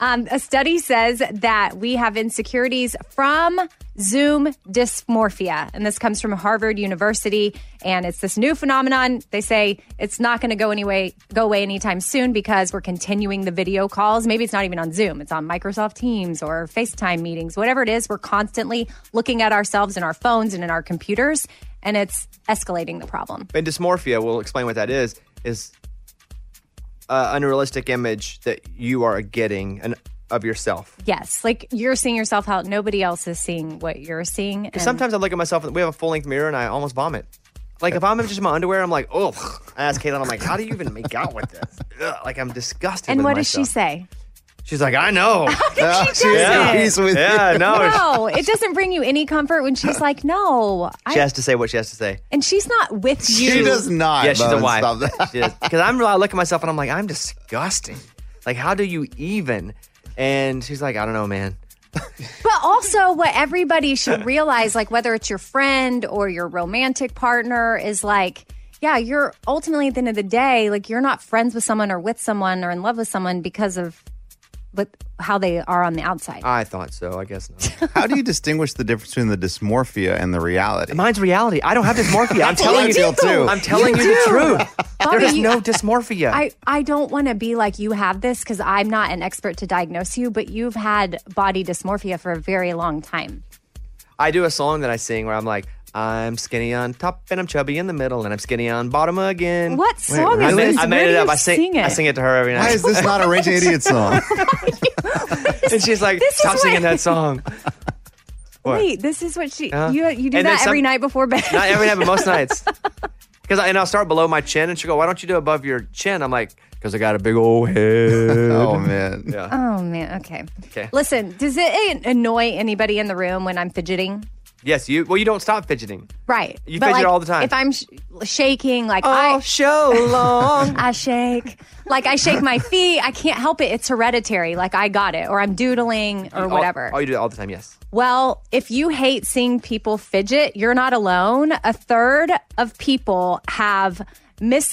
Speaker 3: Um, a study says that we have insecurities from Zoom dysmorphia, and this comes from Harvard University, and it's this new phenomenon. They say it's not going to go anyway, go away anytime soon because we're continuing the video calls. Maybe it's not even on Zoom; it's on Microsoft Teams or FaceTime meetings, whatever it is. We're constantly looking at ourselves in our phones and in our computers, and it's escalating the problem.
Speaker 1: And dysmorphia, we'll explain what that is, is an unrealistic image that you are getting an, of yourself.
Speaker 3: Yes, like you're seeing yourself how nobody else is seeing what you're seeing.
Speaker 1: Because sometimes I look at myself, and we have a full length mirror, and I almost vomit. Like if I'm in just my underwear, I'm like, oh. I ask Caitlin, I'm like, how do you even make out with this? Ugh, like I'm disgusted.
Speaker 3: and
Speaker 1: with
Speaker 3: what does she
Speaker 1: myself.
Speaker 3: say?
Speaker 1: She's like, I know.
Speaker 3: She does
Speaker 1: yeah,
Speaker 3: it.
Speaker 1: yeah, no.
Speaker 3: no, it doesn't bring you any comfort when she's like, "No,"
Speaker 1: She
Speaker 3: I,
Speaker 1: has to say what she has to say.
Speaker 3: and she's not with you.
Speaker 1: Yeah, she's a
Speaker 8: Bones,
Speaker 1: wife.
Speaker 8: stop
Speaker 1: Because I'm, I look at myself and I'm like, I'm disgusting. Like, how do you even? And she's like, I don't know, man.
Speaker 3: But also, what everybody should realize, like whether it's your friend or your romantic partner, is like, yeah, you're ultimately at the end of the day, like you're not friends with someone or with someone or in love with someone because of, but how they are on the outside.
Speaker 1: I thought so. I guess not.
Speaker 8: How do you distinguish the difference between the dysmorphia and the reality?
Speaker 1: Mine's reality. I don't have dysmorphia. I'm telling you,
Speaker 8: Still too.
Speaker 1: I'm telling you,
Speaker 8: You
Speaker 1: the
Speaker 8: do.
Speaker 1: truth.
Speaker 3: Bobby,
Speaker 1: there is
Speaker 3: you-
Speaker 1: no dysmorphia.
Speaker 3: I, I don't want to be like you have this because I'm not an expert to diagnose you, but you've had body dysmorphia for a very long time.
Speaker 1: I do a song that I sing where I'm like, I'm skinny on top and I'm chubby in the middle and I'm skinny on bottom again.
Speaker 3: What song is
Speaker 1: I made,
Speaker 3: this?
Speaker 1: I made
Speaker 3: Where
Speaker 1: it
Speaker 3: do
Speaker 1: up.
Speaker 3: you
Speaker 1: I sing,
Speaker 3: sing
Speaker 1: I
Speaker 3: it?
Speaker 1: sing it to her every night.
Speaker 8: Why is this not a Rage Idiot song?
Speaker 1: and she's like,
Speaker 3: This is
Speaker 1: stop singing
Speaker 3: what-
Speaker 1: that song. What?
Speaker 3: Wait, this is what she
Speaker 1: Huh?
Speaker 3: you you do
Speaker 1: And then
Speaker 3: that every
Speaker 1: some-
Speaker 3: night before bed.
Speaker 1: Not every night, but most nights. Because and I'll start below my chin, and she'll go, "Why don't you do above your chin?" I'm like, "Because I got a big old head."
Speaker 8: oh man.
Speaker 1: Yeah.
Speaker 3: Oh man, okay.
Speaker 1: Okay.
Speaker 3: Listen, does it annoy anybody in the room when I'm fidgeting?
Speaker 1: Yes, you. Well, you don't stop fidgeting.
Speaker 3: Right.
Speaker 1: You
Speaker 3: But,
Speaker 1: fidget
Speaker 3: like,
Speaker 1: all the time.
Speaker 3: If I'm sh- shaking, like
Speaker 1: All
Speaker 3: I
Speaker 1: show long.
Speaker 3: I shake. Like I shake my feet. I can't help it. It's hereditary. Like I got it, or I'm doodling, or
Speaker 1: All-
Speaker 3: whatever.
Speaker 1: Oh, you do it all the time. Yes.
Speaker 3: Well, if you hate seeing people fidget, you're not alone. A third of people have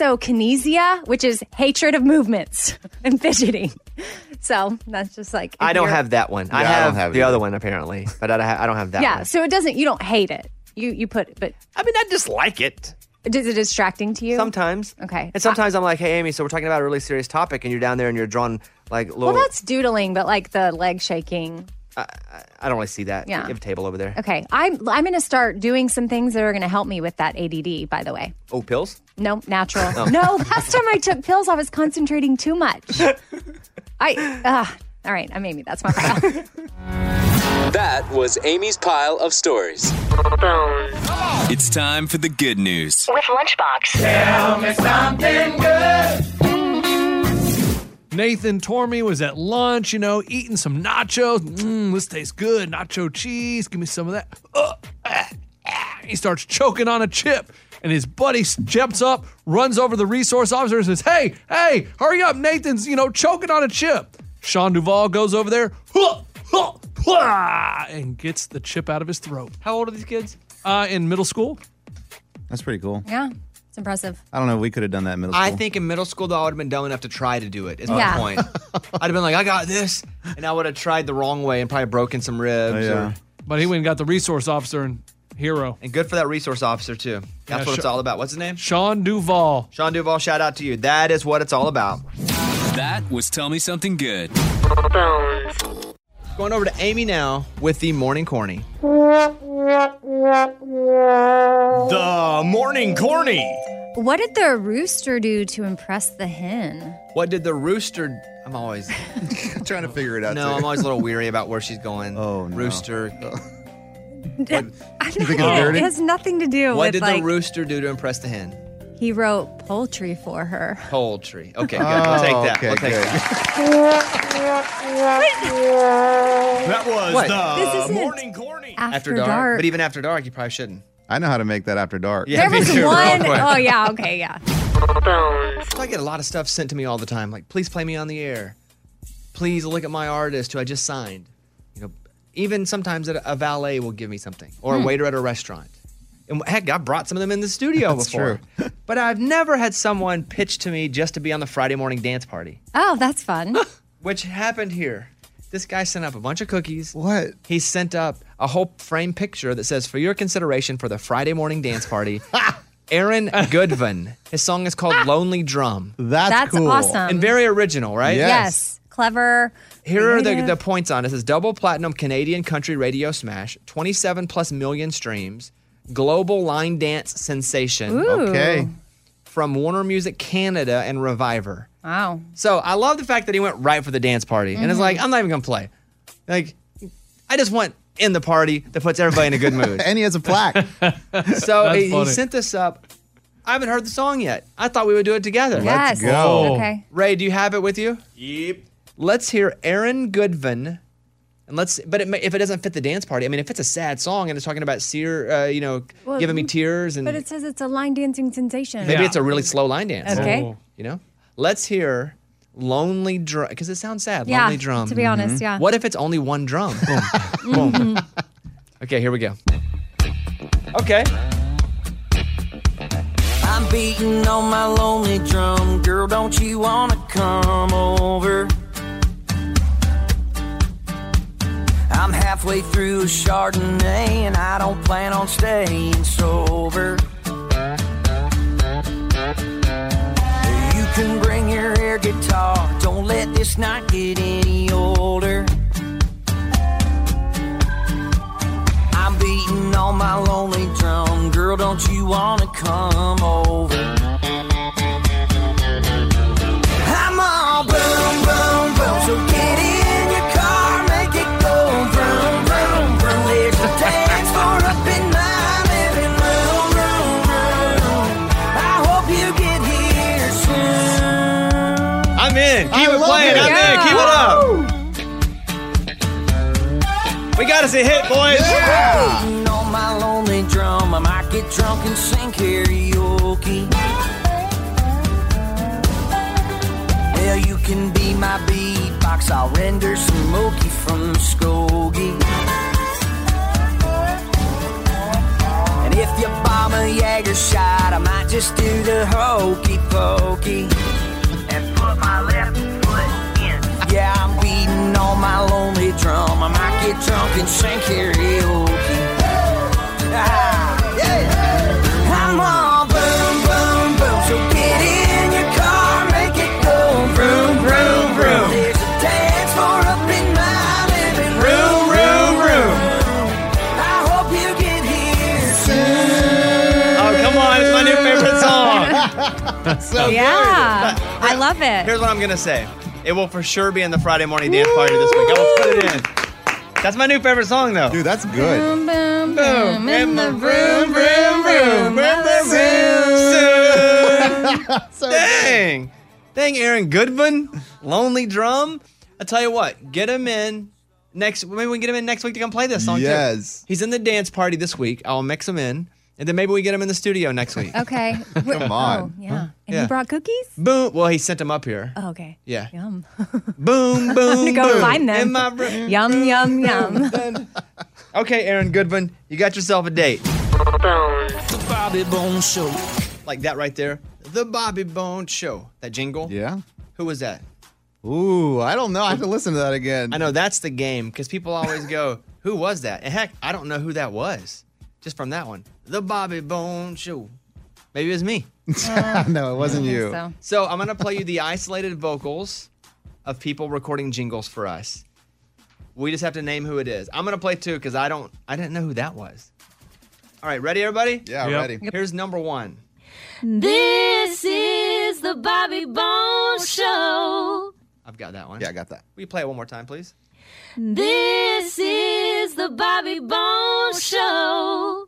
Speaker 3: misokinesia, which is hatred of movements and fidgeting. So that's just like if
Speaker 1: I don't
Speaker 3: you're-
Speaker 1: have that one. I
Speaker 8: Yeah, I
Speaker 1: have,
Speaker 8: don't have
Speaker 1: the
Speaker 8: either.
Speaker 1: other one apparently, but I don't have, I don't have that.
Speaker 3: yeah,
Speaker 1: one.
Speaker 3: so it doesn't. You don't hate it. You you put, but
Speaker 1: I mean, I just like it.
Speaker 3: is it distracting to you?
Speaker 1: Sometimes.
Speaker 3: Okay. Uh,
Speaker 1: And sometimes I'm like, hey, Amy, so we're talking about a really serious topic, and you're down there and you're drawing like little.
Speaker 3: well, that's doodling, but like the leg shaking.
Speaker 1: I don't really see that.
Speaker 3: Yeah.
Speaker 1: You have a table over there.
Speaker 3: Okay, I'm I'm gonna start doing some things that are gonna help me with that ADD. By the way.
Speaker 1: Oh, pills?
Speaker 3: No, natural.
Speaker 1: Oh.
Speaker 3: No, last time I took pills, I was concentrating too much. I, uh, all right, uh, maybe that's my file.
Speaker 4: That was Amy's pile of stories. It's time for the good news.
Speaker 22: With Lunchbox.
Speaker 23: Tell me something good.
Speaker 9: Nathan Tormey was at lunch, you know, eating some nachos. Mmm, this tastes good. Nacho cheese. Give me some of that. Ugh, ah, ah. He starts choking on a chip, and his buddy jumps up, runs over the resource officer, and says, Hey, hey, hurry up. Nathan's, you know, choking on a chip. Sean Duvall goes over there "Huh, huh, huh," and gets the chip out of his throat. How old are these kids? Uh, in middle school.
Speaker 8: That's pretty cool.
Speaker 3: yeah, it's impressive.
Speaker 8: I don't know. We could have done that in middle school.
Speaker 24: I think in middle school, though, I would have been dumb enough to try to do it. Is my
Speaker 3: Yeah.
Speaker 24: point. I'd have been like, I got this, and I would have tried the wrong way and probably broken some ribs.
Speaker 9: yeah.
Speaker 24: or-
Speaker 9: But he went and got the resource officer and hero.
Speaker 24: and good for that resource officer too. That's
Speaker 9: Yeah,
Speaker 24: what
Speaker 9: Sha-
Speaker 24: it's all about. What's his name?
Speaker 9: Sean Duvall.
Speaker 24: Sean Duvall. Shout out to you. That is what it's all about.
Speaker 18: That was Tell Me Something Good.
Speaker 1: Going over to Amy now with the morning corny.
Speaker 3: The
Speaker 1: morning corny.
Speaker 3: What did the rooster do to impress the hen?
Speaker 1: What did the rooster? I'm always trying to figure it
Speaker 2: out,
Speaker 1: No,
Speaker 2: too.
Speaker 1: I'm always a little weary about where she's going. Oh no. Rooster.
Speaker 3: I'm
Speaker 1: You think
Speaker 3: not-
Speaker 1: it's dirty?
Speaker 3: It has nothing to do
Speaker 1: what
Speaker 3: with
Speaker 1: did
Speaker 3: like
Speaker 1: the rooster do to impress the hen?
Speaker 3: he wrote poultry for her.
Speaker 1: Poultry. Okay, good. we'll take that.
Speaker 4: Oh, okay,
Speaker 1: we'll take
Speaker 4: good.
Speaker 1: that.
Speaker 4: That
Speaker 1: was
Speaker 4: what?
Speaker 1: the
Speaker 4: this isn't
Speaker 1: morning
Speaker 4: corny.
Speaker 1: After dark. But even after dark, you probably shouldn't.
Speaker 8: I know how to make that after dark.
Speaker 3: there was one oh yeah, okay, yeah.
Speaker 1: So I get a lot of stuff sent to me all the time, like please play me on the air, please look at my artist who I just signed. You know, even sometimes a, a valet will give me something or a
Speaker 2: Hmm.
Speaker 1: waiter at a restaurant. And heck, I brought some of them in the studio
Speaker 2: That's
Speaker 1: before. But I've never had someone pitch to me just to be on the Friday morning dance party,
Speaker 3: Oh, that's fun.
Speaker 1: which happened here. This guy sent up a bunch of cookies. What? He sent up a whole frame picture that says, "For your consideration for the Friday morning dance party, Aaron Goodvin. His song is called Lonely Drum. That's,
Speaker 3: That's cool. awesome.
Speaker 1: And very original, right?
Speaker 3: Yes. Clever.
Speaker 1: Here are the,
Speaker 3: creative.
Speaker 1: the points on it. It says double platinum Canadian country radio smash, 27 plus million streams, global line dance sensation.
Speaker 3: Ooh. Okay.
Speaker 1: From Warner Music Canada and Reviver.
Speaker 3: Wow.
Speaker 1: So I love the fact that he went right for the dance party. And it's
Speaker 3: Mhm.
Speaker 8: Mm-hmm.
Speaker 1: like, I'm not even going to play. Like, I just want in the party that puts everybody in a good mood.
Speaker 8: and he has a plaque.
Speaker 1: so
Speaker 8: That's
Speaker 1: he, he
Speaker 8: funny.
Speaker 1: sent this up. I haven't heard the song yet. I thought we would do it together.
Speaker 4: Let's Yes. go. Okay.
Speaker 1: Ray, do you have it with you? Yep. Let's hear Aaron Goodvin. And let's, but it, may- if it doesn't fit the dance party, I mean, if it's a sad song and it's talking about sear, uh, you know,
Speaker 3: Well,
Speaker 1: giving me tears, and
Speaker 3: But it says it's a line dancing sensation.
Speaker 1: maybe it's a really slow line dance.
Speaker 3: Okay. Oh.
Speaker 1: You know, let's hear lonely drum because it sounds sad.
Speaker 3: Yeah,
Speaker 1: lonely drum.
Speaker 3: to be honest, Mhm. yeah.
Speaker 1: What if it's only one drum? Boom. Mm-hmm. Boom. Okay, here we go. Okay.
Speaker 4: I'm beating on my lonely drum. Girl, don't you wanna come over? I'm halfway through a Chardonnay and I don't plan on staying sober. You can bring your air guitar. Don't let this night get any older. I'm beating on my lonely drum. Girl, don't you wanna come over? I'm all boom, boom, boom. So get in your car, make it go vroom, vroom, vroom. There's a dance floor up in my living room, room, room. I hope you get here soon.
Speaker 1: I'm in. Keep
Speaker 4: I
Speaker 1: it
Speaker 4: love
Speaker 1: playing.
Speaker 4: it.
Speaker 1: I'm
Speaker 4: Yeah.
Speaker 1: in. Keep it up. We got us a hit, boys.
Speaker 4: Beating on my lonely drum, I might get drunk and sing karaoke. Well, you can be my beatbox, I'll render some Mookie from Skokie. And if you bomb a Jaeger shot, I might just do the hokey pokey. And put my left foot in. Yeah, I'm beating on my lonely drum. I might get drunk and sing karaoke. Ah, yeah. I'm all boom, boom, boom. So get in your car, make it go vroom, vroom, vroom. There's a dance floor up in my living room, room, room. I hope you get here soon.
Speaker 1: Oh, come on. It's my new favorite song. So good.
Speaker 3: yeah. I love it.
Speaker 1: Here's what I'm going to say it will for sure be in the Friday morning dance party this week. I will put it in. That's my new favorite song, though. Dude,
Speaker 8: that's good.
Speaker 3: Boom, boom,
Speaker 4: boom.
Speaker 3: In the
Speaker 4: room, room, room, room, room,
Speaker 1: room. Dang. Dang, Aaron Goodman. Lonely Drum. I tell you what, get him in next. Maybe we can get him in next week to come play this song, too.
Speaker 8: Yes.
Speaker 1: He's in the dance party this week. I'll mix him in. And then maybe we get him in the studio next week.
Speaker 3: Okay.
Speaker 1: Come on.
Speaker 3: Oh, yeah. And
Speaker 1: Yeah.
Speaker 3: he brought cookies?
Speaker 1: Boom. Well, he sent him up here.
Speaker 3: Oh, okay.
Speaker 1: Yeah.
Speaker 3: Yum.
Speaker 1: Boom, boom,
Speaker 3: I'm gonna go
Speaker 1: boom.
Speaker 3: find them.
Speaker 1: In my room.
Speaker 3: Yum, yum, yum.
Speaker 1: Okay, Aaron Goodman, you got yourself a date. The Bobby Bone Show. Like that right there. The Bobby Bone Show. That jingle?
Speaker 8: Yeah.
Speaker 1: Who was that?
Speaker 8: Ooh, I don't know. I have to listen to that again.
Speaker 1: I know that's the game because people always go, who was that? And heck, I don't know who that was just from that one. The Bobby Bone Show. Maybe it was me.
Speaker 8: no, it wasn't you.
Speaker 1: So. I'm going to play you the isolated vocals of people recording jingles for us. We just have to name who it is. I'm going to play two because I don't, I didn't know who that was. All right, ready, everybody?
Speaker 8: Yeah, Yep. ready. Yep.
Speaker 1: Here's number one.
Speaker 23: This is the Bobby Bones Show.
Speaker 1: I've got that one. Yeah, I got that. Will you play it one more time, please?
Speaker 23: This is the Bobby Bones Show.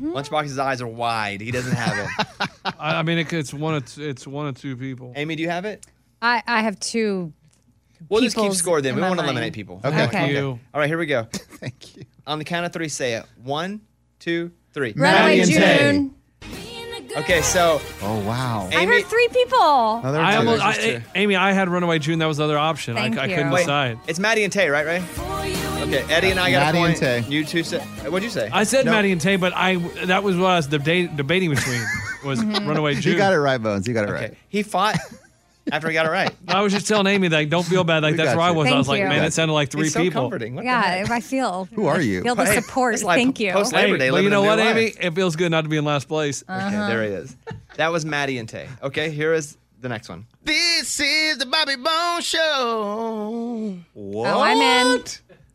Speaker 1: Lunchbox's eyes are wide. He doesn't have it.
Speaker 9: I, I mean, it, it's one of t- it's one of two people.
Speaker 1: Amy, do you have it?
Speaker 3: I, I have two.
Speaker 1: We'll just keep
Speaker 3: peoples
Speaker 1: score then.
Speaker 3: in
Speaker 1: We
Speaker 3: my
Speaker 1: want to
Speaker 3: mind.
Speaker 1: eliminate people.
Speaker 3: Okay. Thank Okay. you.
Speaker 1: All right, here we go. Thank you. On the count of three, say it. One, two, three.
Speaker 3: Runaway June.
Speaker 1: Okay, so.
Speaker 8: Oh wow.
Speaker 3: I heard three people.
Speaker 9: I almost, I, Amy, I had Runaway June. That was the other option. I,
Speaker 3: Thank
Speaker 9: I
Speaker 3: you.
Speaker 9: couldn't
Speaker 3: Wait.
Speaker 9: decide.
Speaker 1: It's Maddie and Tay, right? Right? Okay, Eddie and I got
Speaker 9: Maddie
Speaker 1: a
Speaker 9: and
Speaker 1: point. and Tay. You two said. What'd you say?
Speaker 9: I said
Speaker 1: No.
Speaker 9: Maddie and Tay, but I that was what I was debate, debating between was
Speaker 1: Mhm.
Speaker 3: Mm-hmm.
Speaker 9: Runaway
Speaker 1: You
Speaker 9: June.
Speaker 8: got it right, Bones. You got it
Speaker 1: right. He fought after he got it right.
Speaker 9: I was just telling Amy like, don't feel bad. Like that's where I was. I was like, man, it sounded like three
Speaker 1: He's so
Speaker 9: people.
Speaker 1: comforting. What the
Speaker 3: yeah, I feel.
Speaker 9: Who are you?
Speaker 3: Feel the
Speaker 9: Hey,
Speaker 3: support.
Speaker 1: it's like
Speaker 3: Thank you.
Speaker 1: post- Labor
Speaker 9: Hey,
Speaker 1: Day,
Speaker 9: well, you know
Speaker 1: living a
Speaker 9: what,
Speaker 1: new
Speaker 9: Amy? It feels good not to be in last place.
Speaker 1: Okay, there he is. That was Maddie and Tay. Okay, here is the next one.
Speaker 4: This is the Bobby Bone Show.
Speaker 1: What?
Speaker 4: Oh, I'm in.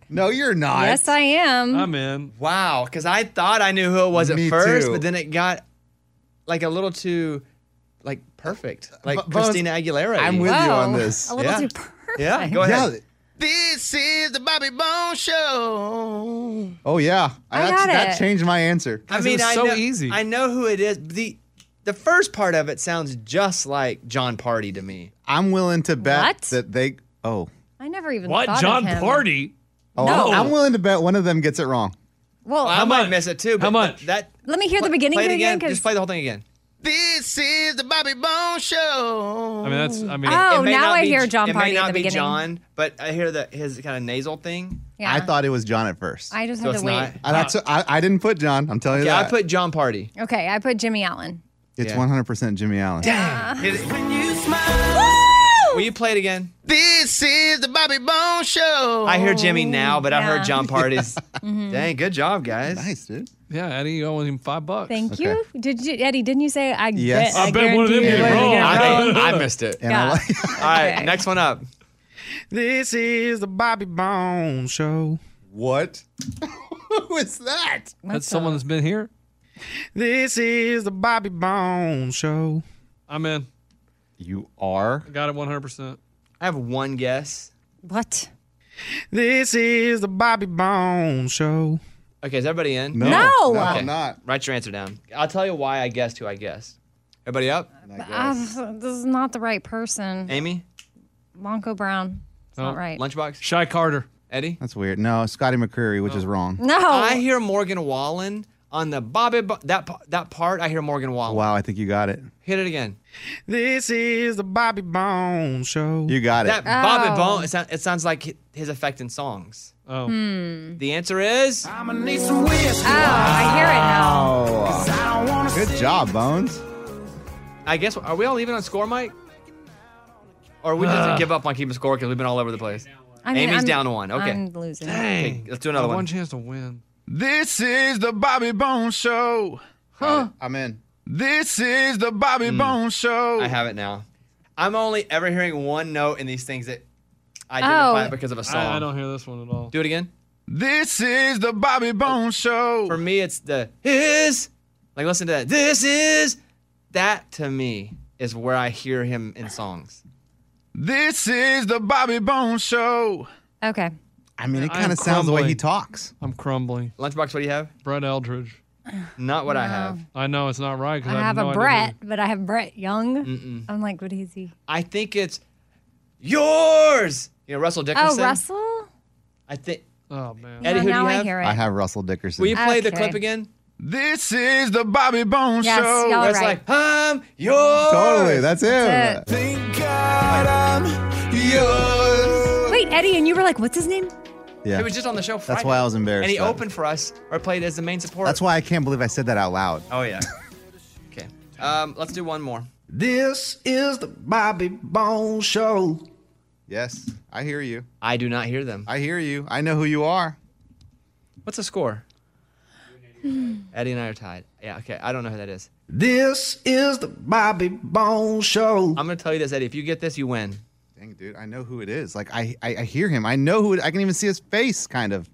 Speaker 8: No, you're not.
Speaker 3: Yes, I am.
Speaker 9: in.
Speaker 1: Wow, because I thought I knew who it was at
Speaker 8: Me
Speaker 1: first,
Speaker 8: too.
Speaker 1: but then it got like a little too like perfect, like
Speaker 8: Bo- Bones,
Speaker 1: Christina Aguilera.
Speaker 8: I'm with you Wow, on this. a little
Speaker 1: yeah.
Speaker 8: too
Speaker 1: perfect. Yeah, go
Speaker 8: Yeah.
Speaker 1: ahead.
Speaker 4: This is the Bobby Bone Show.
Speaker 8: Oh yeah.
Speaker 1: I
Speaker 8: That's-
Speaker 1: got
Speaker 8: that
Speaker 1: it.
Speaker 8: changed my answer.
Speaker 1: I mean, I know, I know who it is. but the The first part of it sounds just like John Party to me.
Speaker 8: I'm willing to bet that they oh.
Speaker 3: I never even
Speaker 1: What?
Speaker 3: thought
Speaker 1: John
Speaker 3: of him.
Speaker 1: Party?
Speaker 8: Oh,
Speaker 3: No.
Speaker 8: I'm willing to bet one of them gets it wrong.
Speaker 3: Well,
Speaker 1: Oh, I might miss it too. But how much? That
Speaker 3: let me hear the
Speaker 1: Play-
Speaker 3: beginning
Speaker 1: play it
Speaker 3: here
Speaker 1: again.
Speaker 3: again. 'cause-
Speaker 1: Just play the whole thing again.
Speaker 4: This is the Bobby Bone Show.
Speaker 9: I mean, that's. I mean,
Speaker 3: Oh,
Speaker 1: may
Speaker 3: now
Speaker 1: not
Speaker 3: I
Speaker 1: be-
Speaker 3: hear John
Speaker 1: it
Speaker 3: Party
Speaker 1: may
Speaker 3: at
Speaker 1: not
Speaker 3: the
Speaker 1: be
Speaker 3: beginning.
Speaker 1: John, but I hear the his kind of nasal thing.
Speaker 3: Yeah.
Speaker 8: I thought it was John at first.
Speaker 3: I just
Speaker 1: So
Speaker 3: had
Speaker 1: it's
Speaker 3: to wait.
Speaker 1: not-
Speaker 8: I, that's, I, I didn't put John. I'm telling you
Speaker 1: Yeah, I
Speaker 8: that.
Speaker 1: put John Party.
Speaker 3: Okay, I put Jimmy Allen.
Speaker 8: It's 100% Jimmy Allen.
Speaker 1: Will you play it again?
Speaker 4: This is the Bobby Bone Show.
Speaker 1: I hear
Speaker 3: Oh,
Speaker 1: Jimmy now, but I heard John Party's.
Speaker 3: Mhm.
Speaker 1: Dang, good job, guys.
Speaker 8: Nice, dude.
Speaker 9: Yeah, Eddie, you owe him five bucks.
Speaker 3: Thank you. Did you, Eddie? Didn't you say I?
Speaker 9: Yes.
Speaker 3: Bet,
Speaker 9: I bet one of
Speaker 3: guarantee
Speaker 9: them
Speaker 3: you
Speaker 9: did
Speaker 3: one of them
Speaker 9: wrong.
Speaker 3: did
Speaker 1: I,
Speaker 9: wrong.
Speaker 1: I missed it.
Speaker 3: And I Yeah.
Speaker 1: All right, next one up.
Speaker 4: This is the Bobby Bone Show.
Speaker 8: What?
Speaker 4: Who is that?
Speaker 9: That's someone that's been here.
Speaker 4: This is the Bobby Bone Show.
Speaker 9: I'm in.
Speaker 8: You are.
Speaker 9: I got it 100. percent
Speaker 1: I have one guess.
Speaker 3: What?
Speaker 4: This is the Bobby Bone Show.
Speaker 1: Okay, is everybody in?
Speaker 4: No. No. No, I'm
Speaker 1: not. Write your answer down. I'll tell you why I guessed who I guessed. Everybody up?
Speaker 3: I've- Ah, this is not the right person.
Speaker 1: Amy?
Speaker 3: Monco Brown. It's
Speaker 1: Oh.
Speaker 3: not right.
Speaker 1: Lunchbox?
Speaker 9: Shy Carter.
Speaker 1: Eddie? Oh.
Speaker 8: That's weird. No, Scotty McCreery, which is wrong.
Speaker 3: No.
Speaker 1: I hear Morgan Wallen on the Bobby Bo- that pa- that part. I hear Morgan Wallen.
Speaker 8: Wow, I think you got it.
Speaker 1: Hit it again.
Speaker 4: This is the Bobby Bone Show. Oh.
Speaker 8: You got it.
Speaker 1: That
Speaker 3: Oh.
Speaker 1: Bobby Bone. It, sound, it sounds like hi- his effect in songs.
Speaker 9: Oh.
Speaker 3: Hmm.
Speaker 1: The answer is.
Speaker 3: Ah.
Speaker 1: I'm
Speaker 4: gonna need some whiskey.
Speaker 3: Oh, I hear it now.
Speaker 8: Oh. Good job, Bones.
Speaker 1: I guess are we all even on score, Mike? Or we just
Speaker 9: Ugh.
Speaker 1: give up on keeping score because we've been all over the place.
Speaker 4: I mean,
Speaker 1: Amy's
Speaker 4: I'm-
Speaker 1: down one. Okay.
Speaker 4: I'm losing.
Speaker 1: Okay, let's do another one.
Speaker 9: One chance to win.
Speaker 4: This is the Bobby Bone Show. Huh?
Speaker 8: I'm in.
Speaker 4: This is the Bobby Bone Show.
Speaker 1: Mm. I have it now. I'm only ever hearing one note in these things that identify
Speaker 4: Oh.
Speaker 1: it because of a song.
Speaker 9: I, I don't hear this one at all.
Speaker 1: Do it again.
Speaker 4: This is the Bobby Bone Show.
Speaker 1: For me, it's the is. Like, listen to that. This is. That to me is where I hear him in songs.
Speaker 4: This is the Bobby Bone Show.
Speaker 3: Okay.
Speaker 8: I mean, it
Speaker 1: I'm
Speaker 8: kind of sounds the way he
Speaker 9: crumbling.
Speaker 8: talks.
Speaker 9: I'm crumbling.
Speaker 1: Lunchbox, what do you have?
Speaker 9: Brett Eldridge.
Speaker 1: Not what I
Speaker 3: No.
Speaker 1: have.
Speaker 9: I know it's not right.
Speaker 3: I
Speaker 9: 'cause
Speaker 3: have
Speaker 9: no
Speaker 3: a
Speaker 9: idea.
Speaker 3: Brett, but I have Brett Young.
Speaker 1: Mm-mm.
Speaker 3: I'm like, what is he?
Speaker 1: I think it's yours. You know, Russell Dickerson.
Speaker 3: Oh, Russell.
Speaker 1: I think.
Speaker 9: Oh man.
Speaker 1: Eddie, who
Speaker 3: now
Speaker 1: do you
Speaker 3: I
Speaker 1: have?
Speaker 3: hear it.
Speaker 8: I have Russell Dickerson.
Speaker 1: Will you play the
Speaker 3: Okay.
Speaker 1: clip again?
Speaker 4: This is the Bobby Bone
Speaker 1: Yes,
Speaker 4: Show.
Speaker 1: y'all are That's right. like, I'm yours.
Speaker 8: Totally, that's him. That's
Speaker 4: Thank God I'm yours.
Speaker 3: Wait, Eddie, and you were like, what's his name?
Speaker 8: Yeah.
Speaker 1: He was just on the show Friday.
Speaker 8: That's why I was embarrassed.
Speaker 1: And he
Speaker 8: about it.
Speaker 1: opened for us or played as the main support.
Speaker 8: That's why I can't believe I said that out loud.
Speaker 1: Oh, yeah. okay. Um, let's do one more.
Speaker 4: This is the Bobby Bone Show.
Speaker 8: Yes, I hear you.
Speaker 1: I do not hear them.
Speaker 8: I hear you. I know who you are.
Speaker 1: What's the score? Eddie and I are tied. Yeah, okay. I don't know who that is.
Speaker 4: This is the Bobby Bones Show. I'm
Speaker 1: gonna tell you this, Eddie. If you get this, you win.
Speaker 8: Dang, dude, I know who it is. Like I, I, I hear him. I know who. It, I can even see his face, kind of.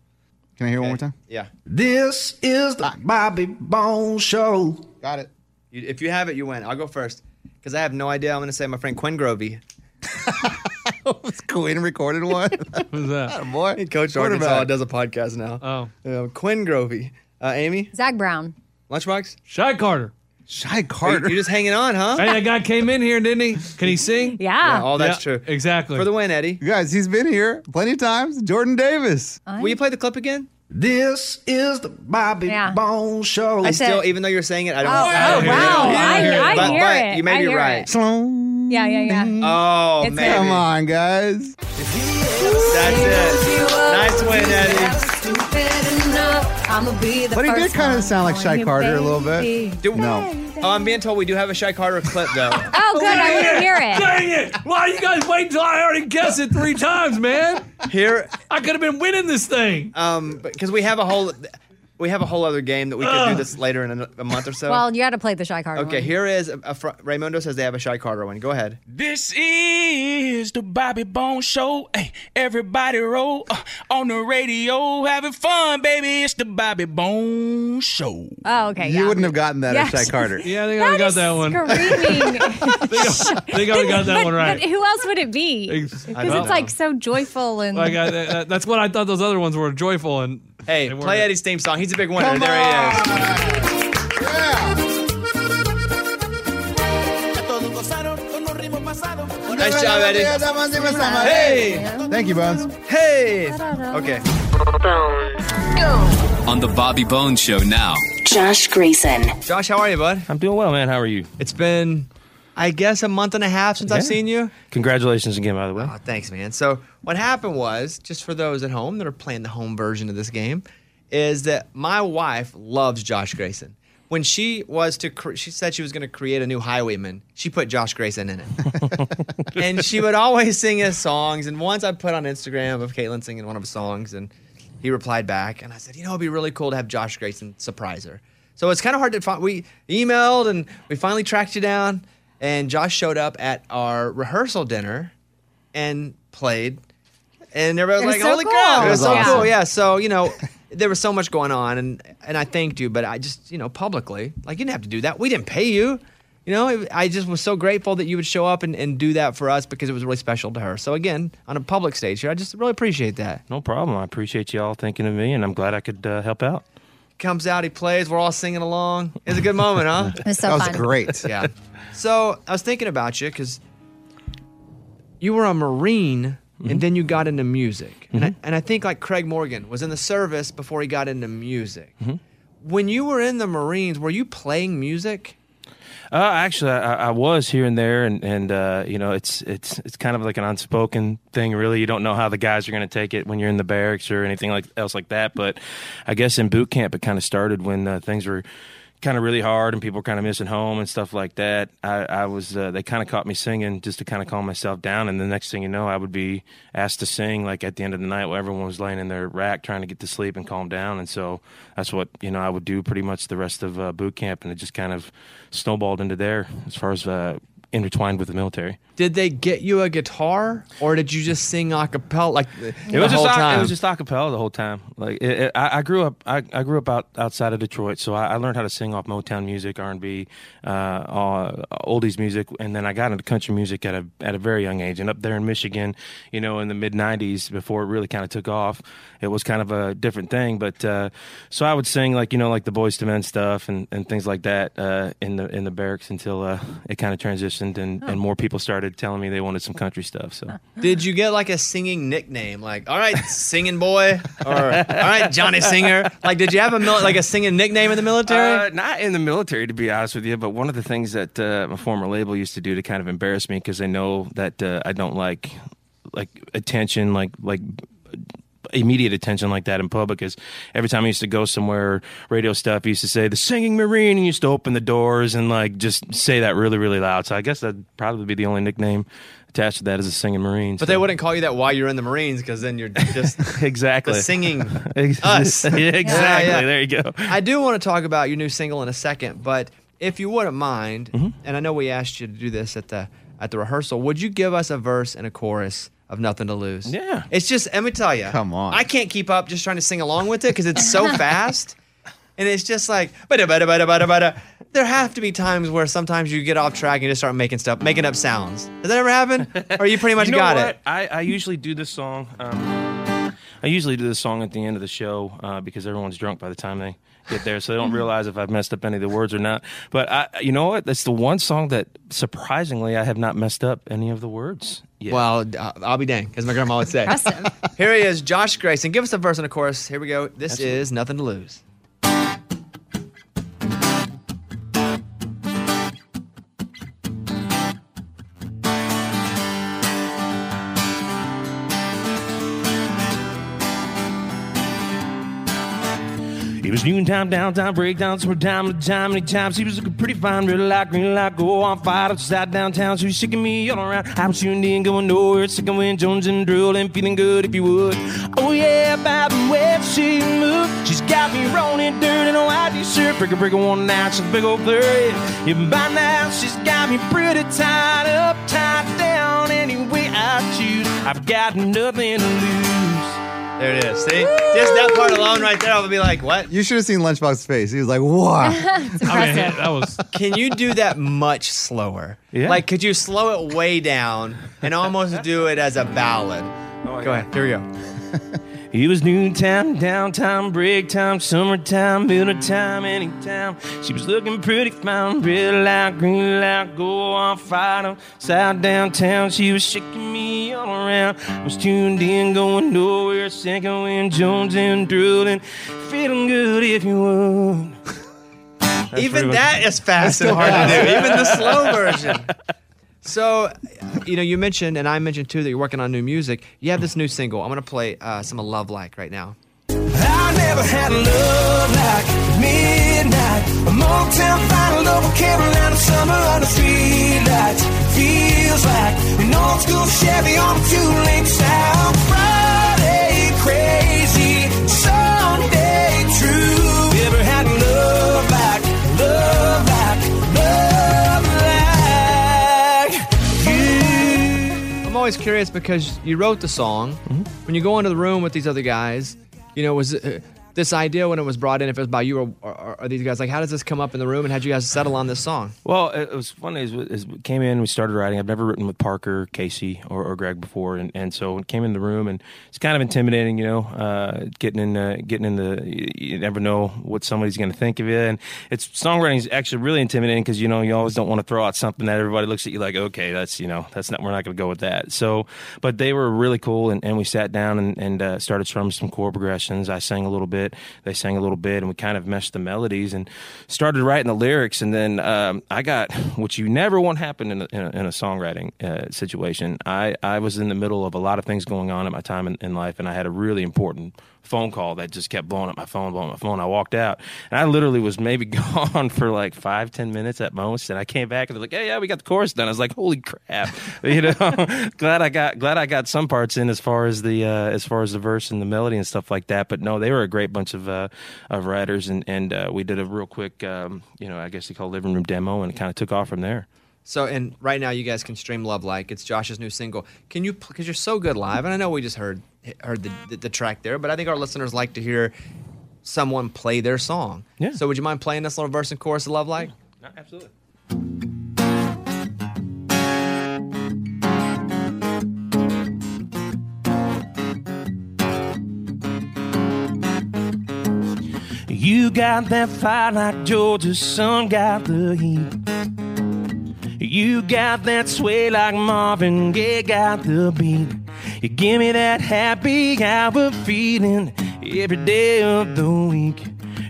Speaker 8: Can I hear it one more time? Ah.
Speaker 1: Yeah.
Speaker 4: This is the Bobby Bones Show.
Speaker 1: Got it. You, if you have it, you win. I'll go first because I have no idea. I'm gonna say my friend Quinn Grovey.
Speaker 8: Quinn recorded one.
Speaker 1: Who's that?
Speaker 8: Boy,
Speaker 1: Coach
Speaker 8: Quarterback.
Speaker 1: Arkansas does a podcast now. Oh, Quinn Grovey. Uh, Amy,
Speaker 3: Zach Brown.
Speaker 1: Lunchbox,
Speaker 9: Shy Carter.
Speaker 8: Shy
Speaker 1: Carter. You're just hanging on, huh?
Speaker 9: Hey, that guy came in here, didn't he? Can he sing?
Speaker 3: Yeah.
Speaker 1: all that's true.
Speaker 9: Exactly.
Speaker 1: For the win, Eddie. Oh,
Speaker 8: You guys, he's been here plenty of times. Jordan Davis.
Speaker 1: Will you play the clip again?
Speaker 4: This is the Bobby Bones Show.
Speaker 1: I still, even though you're saying it, I don't.
Speaker 4: Oh,
Speaker 1: I don't
Speaker 4: oh, wow. I-
Speaker 1: hear it.
Speaker 4: I
Speaker 1: but,
Speaker 4: hear
Speaker 1: but
Speaker 4: it.
Speaker 1: you may
Speaker 4: I
Speaker 1: be
Speaker 4: hear
Speaker 1: right.
Speaker 4: it.
Speaker 3: Yeah, yeah, yeah.
Speaker 1: Oh,
Speaker 3: It's
Speaker 1: maybe.
Speaker 3: him. Come
Speaker 8: on, guys.
Speaker 1: That's it. Nice win, Eddie.
Speaker 8: But he did kind of sound like Shy Carter a little bit.
Speaker 1: Do-
Speaker 8: no.
Speaker 1: Oh, I'm being told we do have a Shy Carter clip though.
Speaker 3: Oh, good. I want to hear it.
Speaker 9: Dang it! Why you guys wait until I already guessed it three times, man?
Speaker 1: Here,
Speaker 9: I could have been winning this thing.
Speaker 1: Um, because we have a whole, we have a whole other game that we could do this later in a, a month or so.
Speaker 3: Well, you got to play the shy card.
Speaker 1: okay. Here is a, a fr- Raymundo says they have a Shy Carter one. Go ahead.
Speaker 25: This is the Bobby Bone Show. Hey, everybody roll uh, on the radio, having fun, baby. It's the Bobby Bone Show.
Speaker 3: Oh, okay.
Speaker 8: You wouldn't have gotten that
Speaker 3: Yes.
Speaker 8: at Shy Carter.
Speaker 9: Yeah, they already got that one. They already got that
Speaker 3: But-
Speaker 9: one right.
Speaker 3: But who else would it be?
Speaker 9: Ex-
Speaker 3: Because it's like so joyful and.
Speaker 9: Like, I- that- that's what I thought those other ones were joyful and.
Speaker 1: Hey, play Eddie's theme song. He's a big winner. there he is. Nice job, Eddie. Hey.
Speaker 8: Thank you, Bones.
Speaker 1: Hey. Okay.
Speaker 18: On the Bobby Bones Show now.
Speaker 1: Josh Grayson. Josh, how are you, bud?
Speaker 26: I'm doing well, man. How are you?
Speaker 1: It's been, I guess, a month and a half since I've
Speaker 26: Yeah.
Speaker 1: seen you.
Speaker 26: Congratulations again, by the way.
Speaker 1: Oh, Thanks, man. So what happened was, just for those at home that are playing the home version of this game, is that my wife loves Josh Grayson. When she was to, cre- she said she was going to create a new Highwayman. She put Josh Grayson in it, and she would always sing his songs. And once I put on Instagram of Caitlin singing one of his songs, and he replied back, and I said, you know, it'd be really cool to have Josh Grayson surprise her. So it's kind of hard to find. We emailed and we finally tracked you down, and Josh showed up at our rehearsal dinner and played. And everybody
Speaker 2: It
Speaker 1: was
Speaker 2: was
Speaker 1: like,
Speaker 2: so
Speaker 1: "Holy
Speaker 2: cool.
Speaker 1: crap!" It was
Speaker 2: That
Speaker 1: so
Speaker 2: was
Speaker 1: cool.
Speaker 2: awesome.
Speaker 1: Yeah. So you know, there was so much going on, and and I thanked you, but I just you know publicly, like you didn't have to do that. We didn't pay you. You know, it- I just was so grateful that you would show up and, and do that for us because it was really special to her. So again, on a public stage here, I just really appreciate that.
Speaker 26: No problem. I appreciate you all thinking of me, and I'm glad I could uh, help out.
Speaker 1: Comes out, he plays, we're all singing along. It's a good moment, huh?
Speaker 3: It was so That was fun. great.
Speaker 1: Yeah. So I was thinking about you because you were a Marine and then you got into music. And, I, and I think like Craig Morgan was in the service before he got into music.
Speaker 26: Mm-hmm.
Speaker 1: When you were in the Marines, were you playing music?
Speaker 26: Uh, actually, I, I was here and there, and, and uh, you know, it's it's it's kind of like an unspoken thing, really. You don't know how the guys are going to take it when you're in the barracks or anything like else like that. But I guess in boot camp, it kind of started when uh, things were kind of really hard and people were kind of missing home and stuff like that. I, I was uh, they kind of caught me singing just to kind of calm myself down, and the next thing you know, I would be asked to sing like at the end of the night while everyone was laying in their rack trying to get to sleep and calm down, and so that's what you know I would do pretty much the rest of uh, boot camp, and it just kind of snowballed into there as far as uh, intertwined with the military.
Speaker 1: Did they get you a guitar or did you just sing a cappella? Like, it
Speaker 26: It was
Speaker 1: the
Speaker 26: just
Speaker 1: whole
Speaker 26: a,
Speaker 1: time?
Speaker 26: it was just acapella the whole time. Like it, it, I, I grew up, I, I grew up out, outside of Detroit, so I, I learned how to sing off Motown music, R and B, uh, all- uh, oldies music, and then I got into country music at a at a very young age. And up there in Michigan, you know, in the mid '90s, before it really kind of took off, it was kind of a different thing. But uh, so I would sing like you know like the Boys to Men stuff and, and things like that uh, in the in the barracks until uh, it kind of transitioned and, and more people started telling me they wanted some country stuff. So.
Speaker 1: Did you get like a singing nickname? Like, all right, singing boy, or all right, Johnny Singer. Like, did you have a mil- like a singing nickname in the military?
Speaker 26: Uh, not in the military, to be honest with you. But one of the things that uh, my former label used to do to kind of embarrass me because they know that uh, I don't like like attention, like like immediate attention like that in public is every time I used to go somewhere, radio stuff, he used to say, the singing Marine, and he used to open the doors and like just say that really, really loud. So I guess that'd probably be the only nickname attached to that is a singing Marine.
Speaker 1: But they wouldn't call you that while you're in the Marines because then you're just
Speaker 26: exactly
Speaker 1: the singing
Speaker 26: Ex-
Speaker 1: us.
Speaker 26: Yeah, exactly. There you go.
Speaker 1: I do want to talk about your new single in a second, but if you wouldn't mind,
Speaker 26: Mm-hmm.
Speaker 1: and I know we asked you to do this at the at the rehearsal, would you give us a verse and a chorus of Nothing to Lose?
Speaker 26: Yeah.
Speaker 1: It's just let me tell you. Come on. I can't keep up just trying to sing along with it because it's so fast. And it's just like, bada, bada, bada, bada, bada. There have to be times where sometimes you get off track and just start making stuff, making up sounds. Does that ever happen? or you pretty much
Speaker 26: know
Speaker 1: got
Speaker 26: what?
Speaker 1: it?
Speaker 26: I, I usually do this song. Um, I usually do this song at the end of the show uh, because everyone's drunk by the time they get there, so they don't realize if I've messed up any of the words or not. But I, you know what? That's the one song that surprisingly I have not messed up any of the words. Yet.
Speaker 1: Well, uh, I'll be dang, as my grandma would say. Here he is, Josh Grayson. Give us a verse and a chorus. Here we go. This is Nothing to Lose.
Speaker 26: It was noontime, downtime, breakdowns from time to time. Many times he was looking pretty fine, red light, green light, go on fire outside downtown. So he's shaking me all around. I was tuned in, going nowhere, second wind, Jones and drill, and feeling good if you would. Oh yeah, about the way she moved, she's got me rolling dirt in a white t-shirt, breaking, breaking one night, she's a big old blur. Yeah, And by now she's got me pretty tied up, tied down any way I choose. I've got nothing to lose.
Speaker 1: There it is. See? Just that part alone right there, I'll be like, what?
Speaker 8: You should have seen Lunchbox's face. He was like, "Wow."
Speaker 1: that was. Can you do that much slower?
Speaker 8: Yeah.
Speaker 1: Like, could you slow it way down and almost do it as a ballad? go ahead. Here we go.
Speaker 26: It was noontime, downtime, break time, summertime, middle time, anytime. She was looking pretty fine, red light, green light, go on fire, side downtown. She was shaking me all around. I was tuned in, going nowhere, second wind, Jones and drooling, feeling good if you would.
Speaker 1: Even that is fast and hard to do. Even the slow version. So, you know, you mentioned, and I mentioned too, that you're working on new music. You have this new single. I'm going to play uh, some of Love Like right now.
Speaker 4: I never had a love like midnight. A Motown final over Carolina summer on the streetlights. Feels like an old school Chevy on a two lane south. Friday crazy, Sunday true. Ever had a love like, love like, love like you?
Speaker 1: I'm always curious because you wrote the song. When you go into the room with these other guys, you know, was uh, this idea when it was brought in, if it was by you or, or, or these guys, like, how does this come up in the room and how'd you guys settle on this song?
Speaker 26: Well, it it was funny as, as we came in, we started writing. I've never written with Parker, Casey, or, or Greg before, and, and so when came in the room, and it's kind of intimidating, you know, uh, getting in, uh, getting in the. You, you never know what somebody's going to think of you, and it's songwriting is actually really intimidating because you know you always don't want to throw out something that everybody looks at you like, okay, that's you know that's not we're not going to go with that. So, but they were really cool, and, and we sat down and, and uh, started strumming some chord progressions. I sang a little bit, they sang a little bit, and we kind of meshed the melodies and started writing the lyrics. And then um, I got what you never want happen in a, in a, in a songwriting uh, situation. I, I was in the middle of a lot of things going on at my time in, in life, and I had a really important phone call that just kept blowing up my phone, blowing up my phone. I walked out, and I literally was maybe gone for like five, ten minutes at most. And I came back and they're like, "Hey, yeah, we got the chorus done." I was like, "Holy crap!" You know, glad I got glad I got some parts in as far as the uh, as far as the verse and the melody and stuff like that. But no, they were a great bunch of uh, of writers, and and uh, we did a real quick, um, you know, I guess they call it living room demo, and it kind of took off from there.
Speaker 1: So, and right now you guys can stream Love Like. It's Josh's new single. Can you, because you're so good live, and I know we just heard heard the, the, the track there, but I think our listeners like to hear someone play their song. Yeah. So, would you mind playing this little verse and chorus of Love Like?
Speaker 26: absolutely. You got that fire like Georgia's sun got the heat. You got that sway like Marvin Gaye got the beat. You give me that happy hour feeling every day of the week.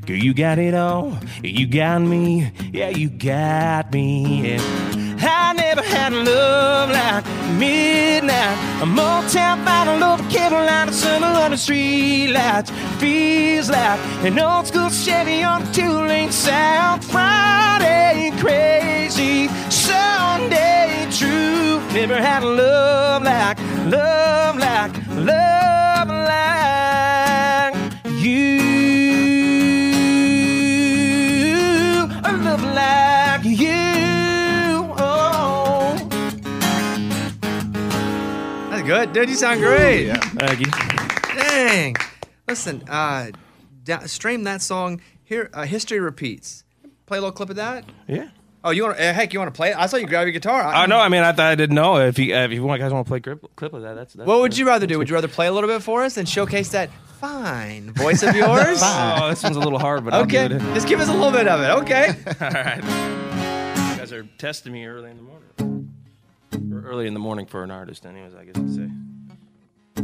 Speaker 26: Girl, you got it all. You got me. Yeah, you got me. Yeah. I never had love like midnight. A Motown final over
Speaker 27: Carolina sun on the streetlights feels like an old school Chevy on a two-lane south. Friday crazy, Sunday true. Never had love like, love like, love like you. A love like you. Oh.
Speaker 1: That's good, dude. You sound great.
Speaker 26: Thank you.
Speaker 1: Dang. Listen, uh, da- stream that song. Here, uh, history repeats. Play a little clip of that.
Speaker 26: Yeah.
Speaker 1: Oh, you want? to Uh, heck, you want to play it? I saw you grab your guitar.
Speaker 26: I know. I mean, I, thought I didn't know if you if you want guys want to play grip, clip of that. That's, that's
Speaker 1: What would you rather do? Would you rather play a little bit for us and showcase that fine voice of yours?
Speaker 26: oh, this one's a little hard, but
Speaker 1: okay,
Speaker 26: I'll do it.
Speaker 1: just give us a little bit of it. Okay.
Speaker 26: All right. You guys are testing me early in the morning. Or early in the morning for an artist, anyways. I guess I'd say.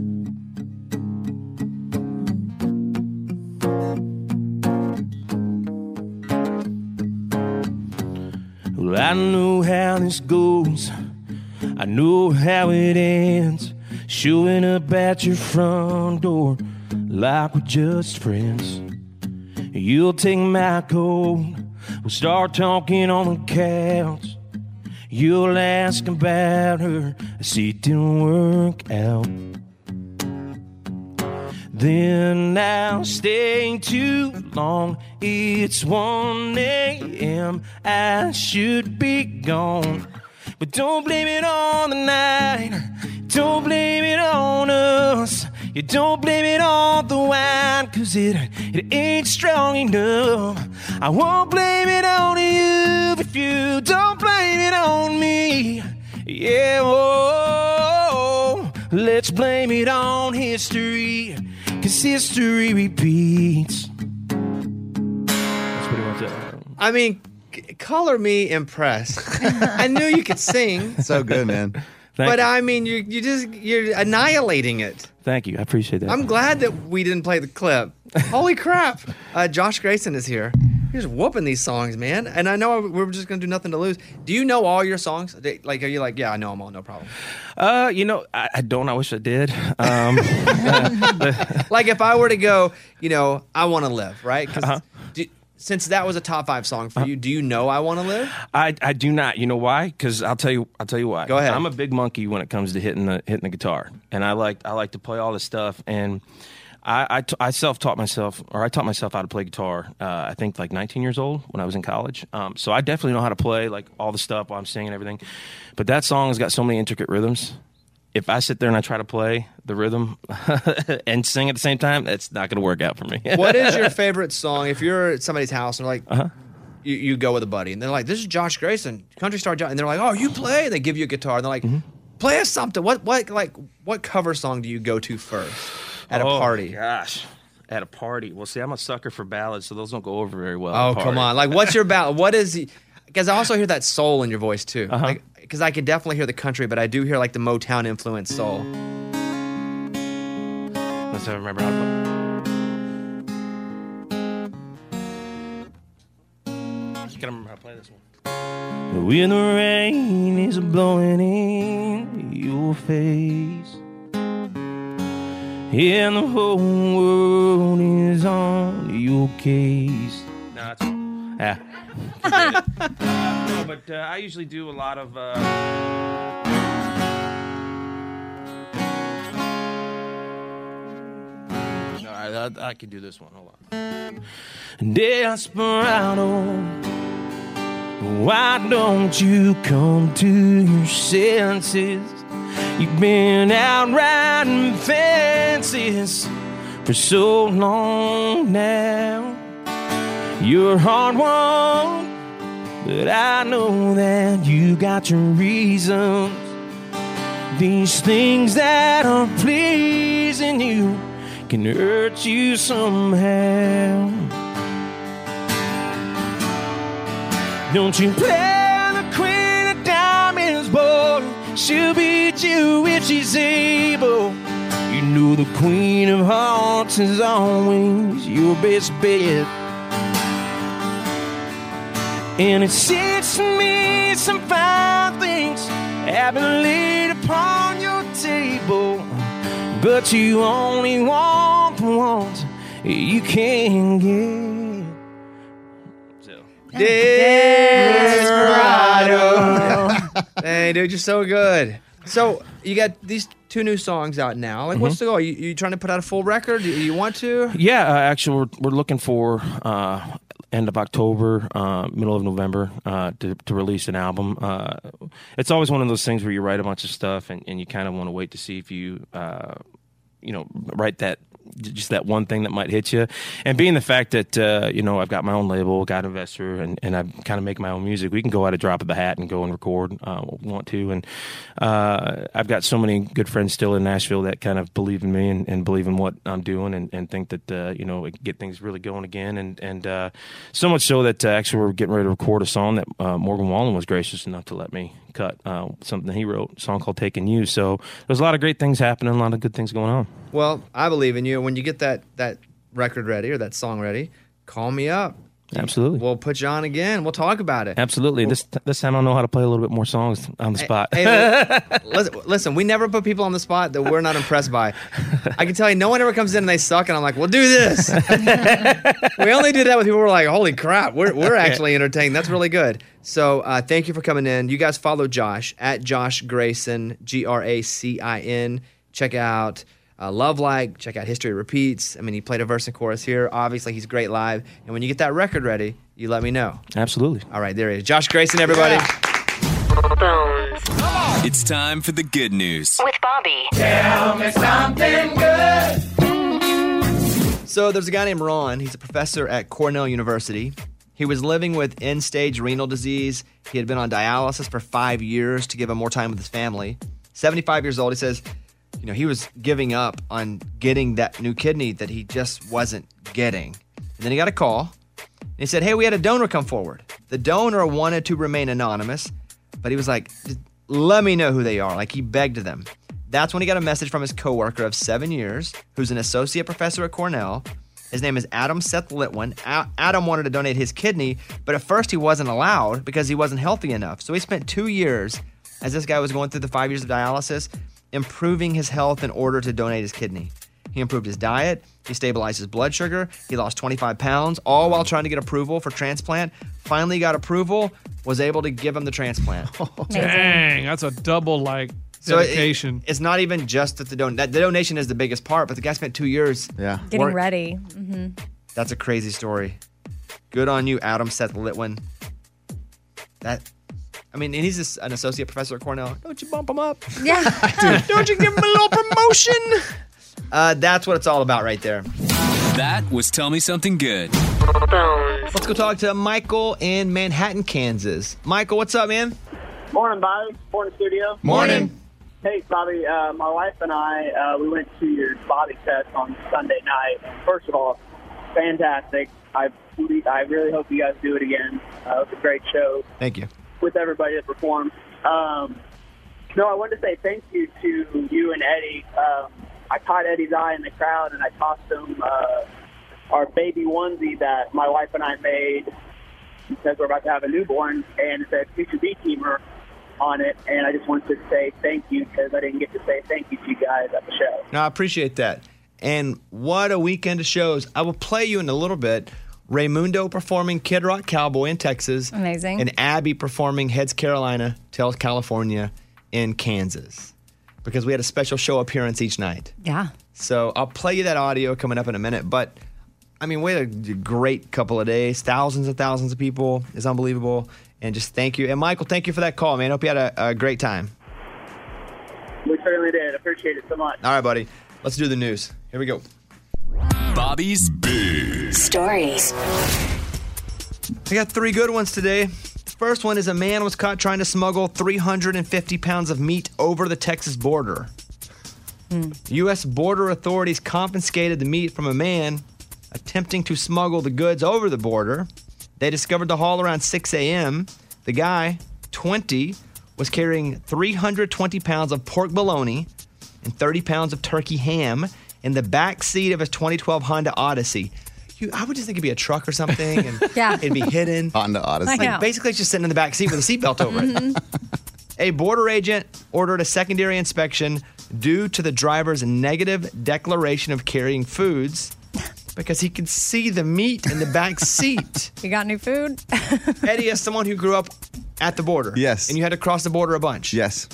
Speaker 27: Well, I know how this goes. I know how it ends. Showing up at your front door like we're just friends. You'll take my coat. We'll start talking on the couch. You'll ask about her. I see it didn't work out. Then I'll stay too long. It's 1 a.m. I should be gone. But don't blame it on the night. Don't blame it on us. You don't blame it on the wine, cause it, it ain't strong enough. I won't blame it on you, but you don't blame it on me. Yeah, oh, let's blame it on history, cause history repeats.
Speaker 26: That's pretty much it.
Speaker 1: I mean, c- color me impressed. I knew you could sing,
Speaker 8: So good, man. uh,
Speaker 1: but I mean, you you just you're annihilating it.
Speaker 26: Thank you. I appreciate that.
Speaker 1: I'm glad that we didn't play the clip. Holy crap! Uh, Josh Grayson is here. You're just whooping these songs, man. And I know we're just gonna do nothing to lose. Do you know all your songs? They- Like, are you like, yeah, I know them all, no problem.
Speaker 26: Uh, you know, I, I don't. I wish I did. Um,
Speaker 1: like, if I were to go, you know, I want to live, right? 'Cause do- since that was a top five song for you, do you know I want to live?
Speaker 26: I, I do not. You know why? Because I'll tell you. I'll tell you why.
Speaker 1: Go ahead.
Speaker 26: I'm a big monkey when it comes to hitting the hitting the guitar, and I like I like to play all this stuff. And I I t- I self taught myself, or I taught myself how to play guitar. Uh, I think like 19 years old when I was in college. Um, so I definitely know how to play like all the stuff while I'm singing and everything. But that song has got so many intricate rhythms. If I sit there and I try to play the rhythm and sing at the same time, that's not going to work out for me.
Speaker 1: what is your favorite song? If you're at somebody's house and they're like,
Speaker 26: Uh-huh.
Speaker 1: you, you go with a buddy, and they're like, this is Josh Grayson, country star Josh, and they're like, oh, you play? And they give you a guitar, and they're like,
Speaker 26: Mm-hmm.
Speaker 1: play us something. What what like what cover song do you go to first at a
Speaker 26: Oh,
Speaker 1: party?
Speaker 26: Gosh, at a party. Well, see, I'm a sucker for ballads, so those don't go over very well. at
Speaker 1: Oh
Speaker 26: a
Speaker 1: come
Speaker 26: party.
Speaker 1: on! Like, what's your ballad? What is? Because I also hear that soul in your voice too.
Speaker 26: Uh-huh.
Speaker 1: Because I can definitely hear the country, but I do hear like the Motown influenced soul.
Speaker 26: Let's have remember how to play. Just gotta remember how to play this one.
Speaker 27: When the rain is blowing in your face, and the whole world is on your case.
Speaker 26: No, it's wrong.
Speaker 27: Ah.
Speaker 26: no, but uh, I usually do a lot of. Uh... No, I, I, I can do this one. Hold on.
Speaker 27: Desperado, why don't you come to your senses? You've been out riding fences for so long now. You're hard won, but I know that you got your reasons. These things that are pleasing you can hurt you somehow. Don't you play the queen of diamonds, boy. She'll beat you if she's able. You know the queen of hearts is always your best bet. And it seems to me some fine things have been laid upon your table. but you only want what you can get.
Speaker 1: Desperado. hey, dude, you're so good. So you got these two new songs out now. Like, what's the goal? You, you trying to put out a full record? You, you want to?
Speaker 26: Yeah, uh, actually, we're, we're looking for uh, end of October, uh, middle of November uh, to, to release an album. Uh, it's always one of those things where you write a bunch of stuff and, and you kind of want to wait to see if you, uh, you know, write that just that one thing that might hit you. And being the fact that uh, you know I've got my own label, got an investor, and and I kind of make my own music, we can go out a drop of the hat and go and record uh, what we want to. And uh, I've got so many good friends still in Nashville that kind of believe in me and, and believe in what I'm doing, and, and think that uh, you know it can get things really going again. And and uh, so much so that uh, actually we're getting ready to record a song that uh, Morgan Wallen was gracious enough to let me cut uh, something that he wrote, a song called "Taking You." So there's a lot of great things happening, a lot of good things going on.
Speaker 1: Well, I believe in you. When you get that that record ready or that song ready, call me up.
Speaker 26: Absolutely.
Speaker 1: We'll put you on again. We'll talk about it.
Speaker 26: Absolutely. This this time I know how to play a little bit more songs on the spot.
Speaker 1: Hey, li- listen, listen, we never put people on the spot that we're not impressed by. I can tell you, no one ever comes in and they suck, and I'm like, we'll do this. we only do that with people who are like, holy crap, we're, we're actually entertained. That's really good. So uh, thank you for coming in. You guys follow Josh at Josh Grayson, G R A C I N. Check out uh, Love Like, check out History Repeats. I mean, he played a verse and chorus here. Obviously, he's great live. And when you get that record ready, you let me know.
Speaker 26: Absolutely.
Speaker 1: All right, there he is. Josh Grayson, everybody.
Speaker 18: It's time for the good news.
Speaker 11: With Bobby.
Speaker 4: Tell me something good.
Speaker 1: So there's a guy named Ron. He's a professor at Cornell University. He was living with end stage renal disease. He had been on dialysis for five years to give him more time with his family. 75 years old. He says, you know, he was giving up on getting that new kidney that he just wasn't getting. And then he got a call and he said, Hey, we had a donor come forward. The donor wanted to remain anonymous, but he was like, "Just Let me know who they are. Like he begged them. That's when he got a message from his coworker of seven years, who's an associate professor at Cornell. His name is Adam Seth Litwin. A- Adam wanted to donate his kidney, but at first he wasn't allowed because he wasn't healthy enough. So he spent two years as this guy was going through the five years of dialysis, improving his health in order to donate his kidney. He improved his diet, he stabilized his blood sugar, he lost 25 pounds, all while trying to get approval for transplant. Finally got approval, was able to give him the transplant.
Speaker 9: Dang, that's a double like
Speaker 1: So it-
Speaker 9: dedication.
Speaker 1: it's not even just that the don that the donation is the biggest part, but the guy spent two years.
Speaker 8: Yeah,
Speaker 3: Getting ready. hmm
Speaker 1: That's a crazy story. Good on you, Adam Seth Litwin. That, I mean, and he's just an associate professor at Cornell. Don't you bump him up?
Speaker 3: Yeah.
Speaker 1: Don't you give him a little promotion? Uh, that's what it's all about right there.
Speaker 18: That was Tell Me Something Good.
Speaker 1: Let's go talk to Michael in Manhattan, Kansas. Michael, what's up, man?
Speaker 7: Morning, Bobby. Morning, studio.
Speaker 1: Morning.
Speaker 7: Hey, Bobby. Uh, my wife and I, uh, we went to your Bobby test on Sunday night. First of all, fantastic. I I really hope you guys do it again. Uh, it was a great show
Speaker 1: Thank you.
Speaker 7: with everybody that performed. Um, no, I wanted to say thank you to you and Eddie. Um, I caught Eddie's eye in the crowd, and I tossed him uh, our baby onesie that my wife and I made because we're about to have a newborn, and it said "Future Beekeeper" on it. And I just wanted to say thank you because I didn't get to say thank you to you guys at the show.
Speaker 1: No, I appreciate that. And what a weekend of shows. I will play you in a little bit. Raymundo performing Kid Rock Cowboy in Texas.
Speaker 3: Amazing.
Speaker 1: And Abby performing Heads Carolina, Tails California in Kansas. Because we had a special show appearance each night.
Speaker 3: yeah.
Speaker 1: So I'll play you that audio coming up in a minute. But I mean, we had a great couple of days. Thousands and thousands of people. It's unbelievable. And just thank you. And Michael, thank you for that call, man. Hope you had a, a great time.
Speaker 7: We certainly did. Appreciate it so much.
Speaker 1: All right, buddy. Let's do the news. Here we go.
Speaker 18: Bobby's Big
Speaker 11: Stories.
Speaker 1: I got three good ones today. The first one is a man was caught trying to smuggle 350 pounds of meat over the Texas border. U.S. Mm. border authorities confiscated the meat from a man attempting to smuggle the goods over the border. They discovered the haul around 6 a.m. The guy, 20, was carrying 320 pounds of pork bologna and 30 pounds of turkey ham in the back seat of his 2012 Honda Odyssey. You, I would just think it'd be a truck or something, and
Speaker 4: Yeah.
Speaker 1: it'd be hidden.
Speaker 8: Honda Odyssey. Mm-hmm.
Speaker 1: Like, basically, it's just sitting in the back seat with a seatbelt over it. A border agent ordered a secondary inspection. due to the driver's negative declaration of carrying foods because he could see the meat in the back seat.
Speaker 3: You got new food?
Speaker 1: Eddie, as someone who grew up at the border, yes, and you had to cross the border a bunch,
Speaker 8: yes.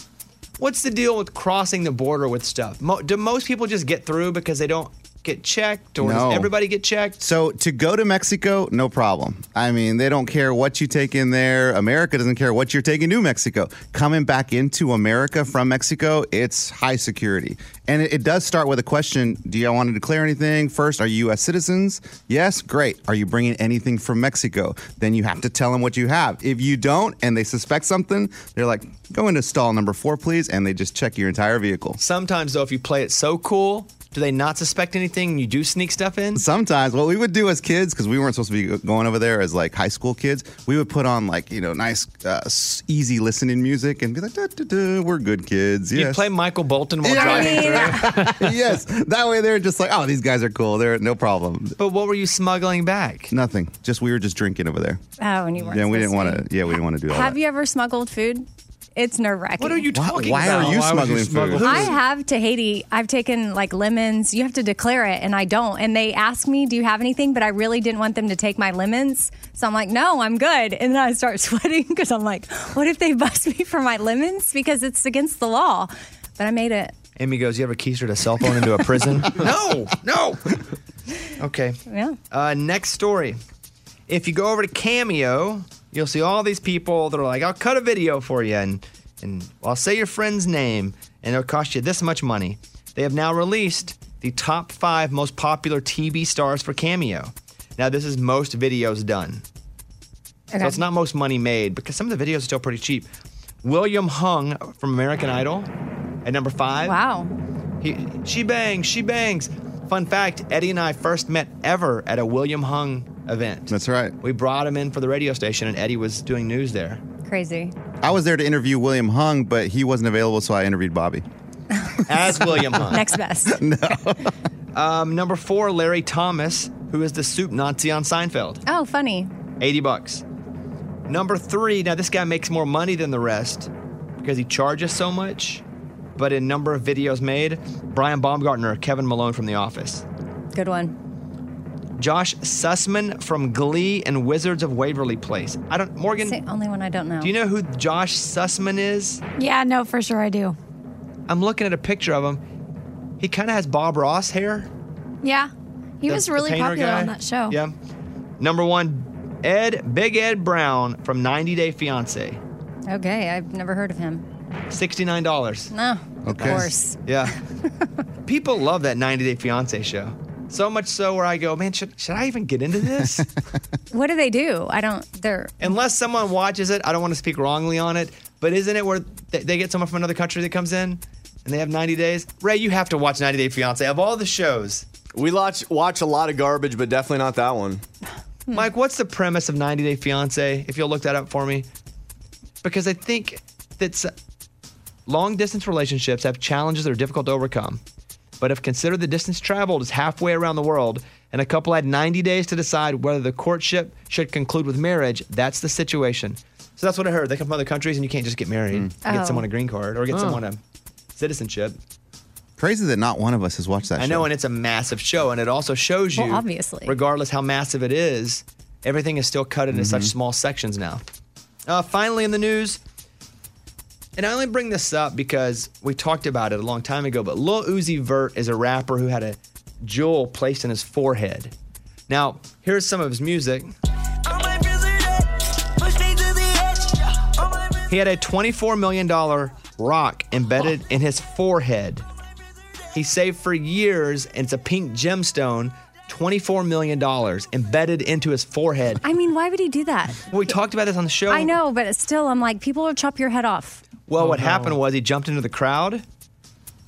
Speaker 1: What's the deal with crossing the border with stuff? Mo- do most people just get through because they don't get checked, or
Speaker 8: No.
Speaker 1: does everybody get checked?
Speaker 8: So to go to Mexico, no problem. I mean, they don't care what you take in there. America doesn't care what you're taking to Mexico. Coming back into America from Mexico, it's high security. And it, it does start with a question Do y'all want to declare anything? First, are you U.S. citizens? Yes, great. Are you bringing anything from Mexico? Then you have to tell them what you have. If you don't and they suspect something, they're like, Go into stall number four, please. And they just check your entire vehicle.
Speaker 1: Sometimes, though, if you play it so cool, do they not suspect anything and you do sneak stuff in?
Speaker 8: Sometimes what we would do as kids, because we weren't supposed to be going over there as like high school kids, we would put on like you know nice, uh, s- easy listening music and be like, duh, duh, duh, "We're good kids."
Speaker 1: You
Speaker 8: Yes,
Speaker 1: play Michael Bolton while
Speaker 8: Yeah, I
Speaker 1: driving
Speaker 8: mean-
Speaker 1: through.
Speaker 8: yes. That way they're just like, "Oh, these guys are cool. They're no problem."
Speaker 1: But what were you smuggling back?
Speaker 8: Nothing. Just we were just drinking over there.
Speaker 3: Oh, and you weren't.
Speaker 8: Yeah, we
Speaker 3: supposed
Speaker 8: didn't want to. Yeah, we didn't want to do all
Speaker 3: Have
Speaker 8: that.
Speaker 3: you ever smuggled food? It's nerve wracking.
Speaker 8: What are you Why- talking why about? are you Why would you smuggling smuggle food? food?
Speaker 3: I have to Haiti. I've taken like lemons. You have to declare it, and I don't. And they ask me, "Do you have anything?" But I really didn't want them to take my lemons, so I'm like, "No, I'm good." And then I start sweating because I'm like, "What if they bust me for my lemons?" Because it's against the law. But I made it.
Speaker 1: Amy goes, You ever keistered a cell phone into a prison? no, no. Okay.
Speaker 3: Yeah.
Speaker 1: Uh, next story. If you go over to Cameo, you'll see all these people that are like, I'll cut a video for you and, and I'll say your friend's name and it'll cost you this much money. They have now released the top five most popular TV stars for Cameo. Now, this is most videos done. So
Speaker 3: Okay.
Speaker 1: it's not most money made because some of the videos are still pretty cheap. William Hung from American Idol at number five.
Speaker 3: Wow.
Speaker 1: He, she bangs, she bangs. Fun fact Eddie and I first met ever at a William Hung event.
Speaker 8: That's right.
Speaker 1: We brought him in for the radio station, and Eddie was doing news there.
Speaker 3: Crazy.
Speaker 8: I was there to interview William Hung, but he wasn't available, so I interviewed Bobby.
Speaker 1: As William Hung.
Speaker 3: Next best.
Speaker 1: Um, number four, Larry Thomas, who is the soup Nazi on Seinfeld.
Speaker 3: Oh, funny.
Speaker 1: 80 bucks. Number three, now this guy makes more money than the rest because he charges so much, but in number of videos made, Brian Baumgartner, Kevin Malone from The Office,
Speaker 3: Good one.
Speaker 1: Josh Sussman from Glee and Wizards of Waverly Place. I don't, Morgan,
Speaker 3: It's the only one I don't know.
Speaker 1: do you know who Josh Sussman is?
Speaker 6: Yeah, no, for sure I do.
Speaker 1: I'm looking at a picture of him. He kind of has Bob Ross hair.
Speaker 6: Yeah. He
Speaker 1: The-
Speaker 6: was
Speaker 1: the
Speaker 6: really
Speaker 1: painter
Speaker 6: popular
Speaker 1: guy.
Speaker 6: on that show.
Speaker 1: Yeah. Number one, Ed, Big Ed Brown from 90 Day Fiance,
Speaker 3: Okay, I've never heard of him.
Speaker 1: $69.
Speaker 3: No. Of course.
Speaker 1: Yeah. People love that 90 Day Fiance show. So much so where I go, man, should, should I even get into this?
Speaker 3: What do they do? I don't. They're
Speaker 1: Unless someone watches it, I don't want to speak wrongly on it, but isn't it where th- they get someone from another country that comes in and they have 90 days? Ray, you have to watch 90 Day Fiance. Of all the shows,
Speaker 12: We watch watch a lot of garbage, but definitely not that one.
Speaker 1: Mike, what's the premise of 90 Day Fiance? If you'll look that up for me, because I think that s- long distance relationships have challenges that are difficult to overcome. But if consider the distance traveled is halfway around the world, and a couple had 90 days to decide whether the courtship should conclude with marriage, that's the situation. So that's what I heard. They come from other countries, and you can't just get married,
Speaker 2: Oh.
Speaker 1: get someone a green card, or get
Speaker 2: Oh.
Speaker 1: someone a citizenship.
Speaker 8: Crazy that not one of us has watched that
Speaker 1: I
Speaker 8: show.
Speaker 1: know, and it's a massive show, and it also shows you,
Speaker 3: Well, obviously.
Speaker 1: regardless how massive it is, everything is still cut into such small sections now. Uh, finally, in the news, and I only bring this up because we talked about it a long time ago, but Lil Uzi Vert is a rapper who had a jewel placed in his forehead. Now, here's some of his music. He had a $24 million rock embedded in his forehead. He saved for years, and it's a pink gemstone, $24 million embedded into his forehead.
Speaker 3: I mean, why would he do that?
Speaker 1: We talked about this on the show.
Speaker 3: I know, but still, I'm like, people will chop your head off.
Speaker 1: Well, what happened was he jumped into the crowd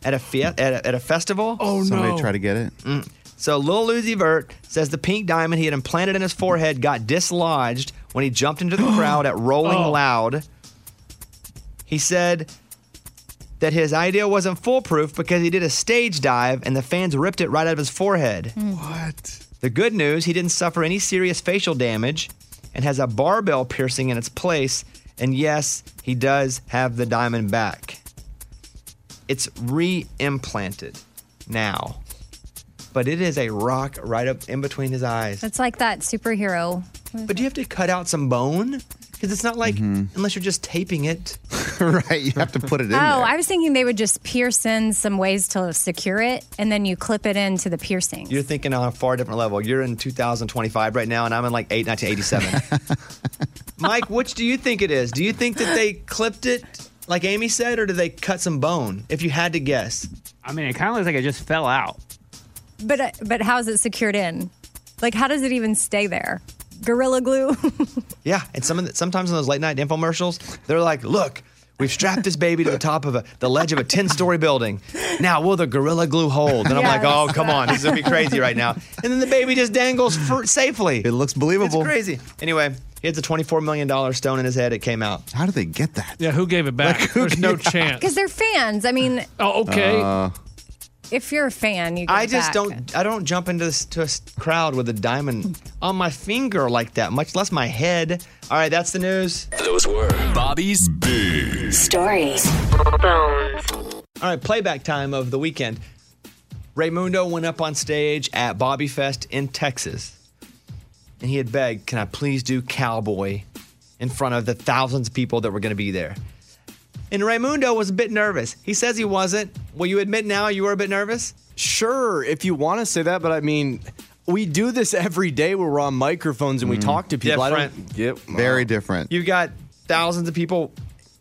Speaker 1: at a fe- at a, at a festival. Oh
Speaker 8: Somebody try to get it.
Speaker 1: Mm. So Lil Uzi Vert says the pink diamond he had implanted in his forehead got dislodged when he jumped into the crowd at Rolling
Speaker 2: Oh.
Speaker 1: Loud. He said that his idea wasn't foolproof because he did a stage dive and the fans ripped it right out of his forehead.
Speaker 8: What?
Speaker 1: The good news, he didn't suffer any serious facial damage and has a barbell piercing in its place. And yes, he does have the diamond back. It's re-implanted now, but it is a rock right up in between his eyes.
Speaker 3: It's like that superhero.
Speaker 1: But do you have to cut out some bone? Because it's not like unless you're just taping it.
Speaker 8: Mm-hmm. right, you have to put it
Speaker 3: Oh, I was thinking they would just pierce in some ways to secure it, and then you clip it into the piercing.
Speaker 1: You're thinking on a far different level. You're in 2025 right now, and I'm in like eight, 1987. Mike, which do you think it is? Do you think that they clipped it, like Amy said, or did they cut some bone? If you had to guess,
Speaker 13: I mean, it kind of looks like it just fell out.
Speaker 3: But uh, but how is it secured in? Like how does it even stay there? Gorilla glue.
Speaker 1: Yeah, and some of the, sometimes in those late night infomercials, they're like, "Look, we've strapped this baby to the top of a, the ledge of a ten story building. Now will the gorilla glue hold?" And I'm like,
Speaker 2: Yes.
Speaker 1: "Oh, come on, this is gonna be crazy right now." And then the baby just dangles for, safely. It
Speaker 8: looks believable.
Speaker 1: It's crazy. Anyway, he has a twenty four million dollar stone in his head. It came out.
Speaker 8: How did they get that?
Speaker 1: Yeah, who gave it back? There's no chance.
Speaker 3: Because they're fans. I mean,
Speaker 1: Oh, okay.
Speaker 8: Uh,
Speaker 3: if you're a fan, you. Get
Speaker 1: I just
Speaker 3: back.
Speaker 1: don't. I don't jump into this, to a s- crowd with a diamond on my finger like that, much less my head. All right, that's the news.
Speaker 18: Those were Bobby's Big
Speaker 11: Stories.
Speaker 1: All right, playback time of the weekend. Raymundo went up on stage at Bobby Fest in Texas, and he had begged, "Can I please do Cowboy in front of the thousands of people that were going to be there?" And Raymundo was a bit nervous. He says he wasn't. Will you admit now you were a bit nervous?
Speaker 12: Sure, if you want to say that, but I mean, we do this every day where we're on microphones and we talk to people. I
Speaker 1: Mm-hmm. Different.
Speaker 12: don't get
Speaker 8: Mm-hmm. Very different.
Speaker 1: You've got thousands of people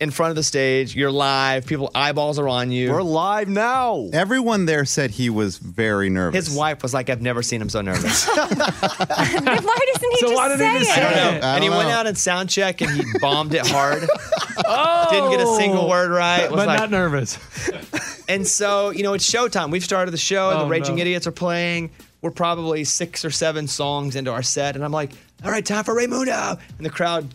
Speaker 1: in front of the stage. You're live. People eyeballs are on you.
Speaker 12: We're live now.
Speaker 8: Everyone there said he was very nervous.
Speaker 1: His wife was like, "I've never seen him so nervous."
Speaker 3: Then why doesn't he just say it?
Speaker 1: I don't know.
Speaker 8: I
Speaker 1: and he
Speaker 8: don't
Speaker 1: went
Speaker 8: know.
Speaker 1: out and sound check and he bombed it hard. Didn't get a single word right. Was
Speaker 9: Oh. but
Speaker 1: like-
Speaker 9: not nervous.
Speaker 1: and so, you know, it's showtime. We've started the show.
Speaker 9: Oh,
Speaker 1: the Raging
Speaker 9: no.
Speaker 1: Idiots are playing. We're probably six or seven songs into our set. And I'm like, all right, time for Raymundo. And the crowd,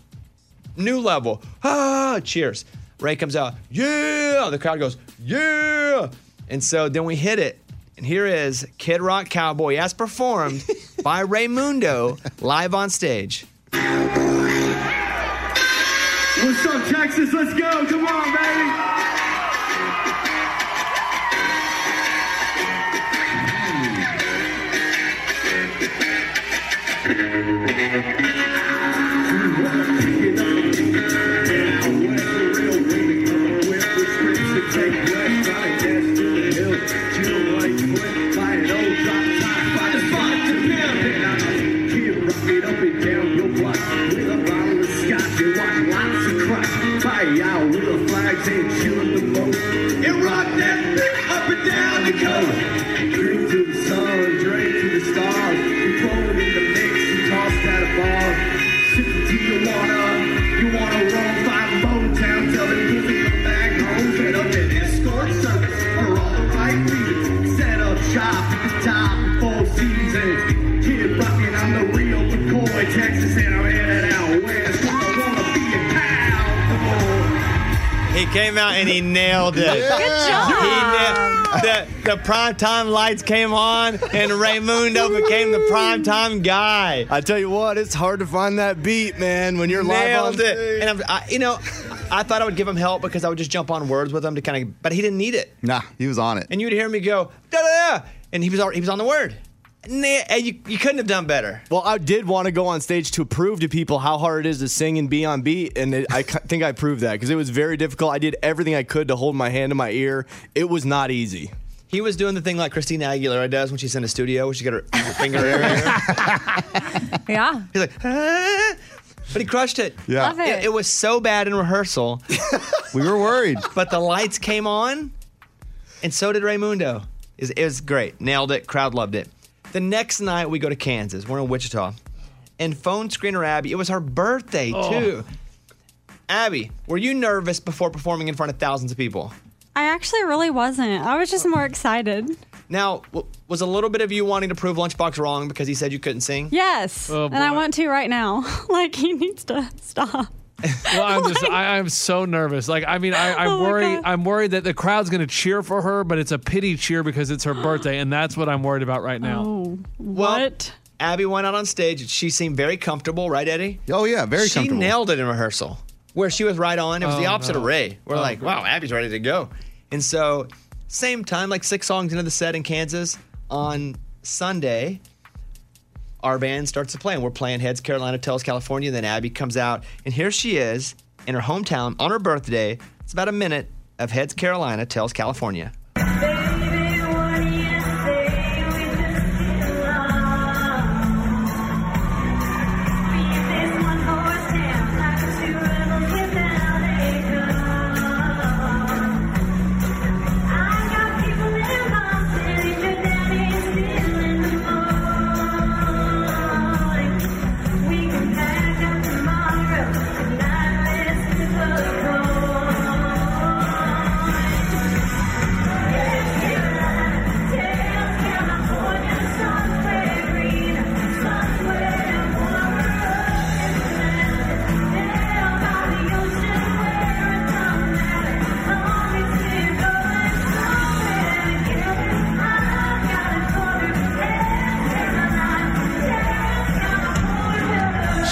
Speaker 1: new level. Ah, cheers. Ray comes out, yeah. The crowd goes, yeah. And so then we hit it. And here is Kid Rock Cowboy as performed by Raymundo live on stage.
Speaker 4: What's up, Texas? Let's go. Come on, baby. Shop at the top, four seasons. Kid Rockin', I'm the real McCoy, Texas, and I'm in and out west. I wanna be a
Speaker 1: He came out and he nailed it.
Speaker 4: Yeah. Good job.
Speaker 1: He nailed, the the primetime lights came on and Raymundo became the primetime guy.
Speaker 12: I tell you what, it's hard to find that beat, man, when you're live on
Speaker 1: nailed
Speaker 12: stage.
Speaker 1: it. And I'm, I, you know, I thought I would give him help because I would just jump on words with him to kind of, but he didn't need it.
Speaker 8: Nah, he was on it.
Speaker 1: And you'd hear me go da da da, and he was al- he was on the word. Nah, and you you couldn't have done better.
Speaker 12: Well, I did want to go on stage to prove to people how hard it is to sing and be on beat, and it, I c- think I proved that because it was very difficult. I did everything I could to hold my hand to my ear. It was not easy.
Speaker 1: He was doing the thing like Christina Aguilera does when she's in a studio, where she got her, her finger. in her ear.
Speaker 3: Yeah.
Speaker 1: He's like, "Ah," but he crushed it.
Speaker 8: Yeah. Love it.
Speaker 1: it. was so bad in rehearsal.
Speaker 8: we were worried.
Speaker 1: But the lights came on, and so did Raymundo. It was, it was great. Nailed it. Crowd loved it. The next night, we go to Kansas. We're in Wichita. And phone screener Abby, it was her birthday,
Speaker 28: Oh.
Speaker 1: too. Abby, were you nervous before performing in front of thousands of people?
Speaker 28: I actually really wasn't. I was just more excited.
Speaker 1: Now, w- was a little bit of you wanting to prove Lunchbox wrong because he said you couldn't sing?
Speaker 28: Yes.
Speaker 1: Oh,
Speaker 28: and I
Speaker 1: boy.
Speaker 28: want to right now. like, he needs to stop.
Speaker 9: Well, I'm just, I, I'm so nervous. Like, I mean, I, I'm
Speaker 3: Oh
Speaker 9: worried. I'm worried that the crowd's going to cheer for her, but it's a pity cheer because it's her birthday, and that's what I'm worried about right now.
Speaker 3: Oh,
Speaker 1: What? Abby went out on stage. and She seemed very comfortable, right, Eddie?
Speaker 8: Oh yeah, very
Speaker 1: she
Speaker 8: comfortable.
Speaker 1: nailed it in rehearsal, where she was right on. It was
Speaker 8: Oh,
Speaker 1: the opposite
Speaker 8: no.
Speaker 1: of Ray. We're
Speaker 8: Oh,
Speaker 1: like, wow, Abby's ready to go. And so, same time, like six songs into the set in Kansas on Sunday, our band starts to play, and we're playing Heads, Carolina Tells, California. Then Abby comes out, and here she is in her hometown on her birthday. It's about a minute of Heads, Carolina Tells, California.
Speaker 28: Oh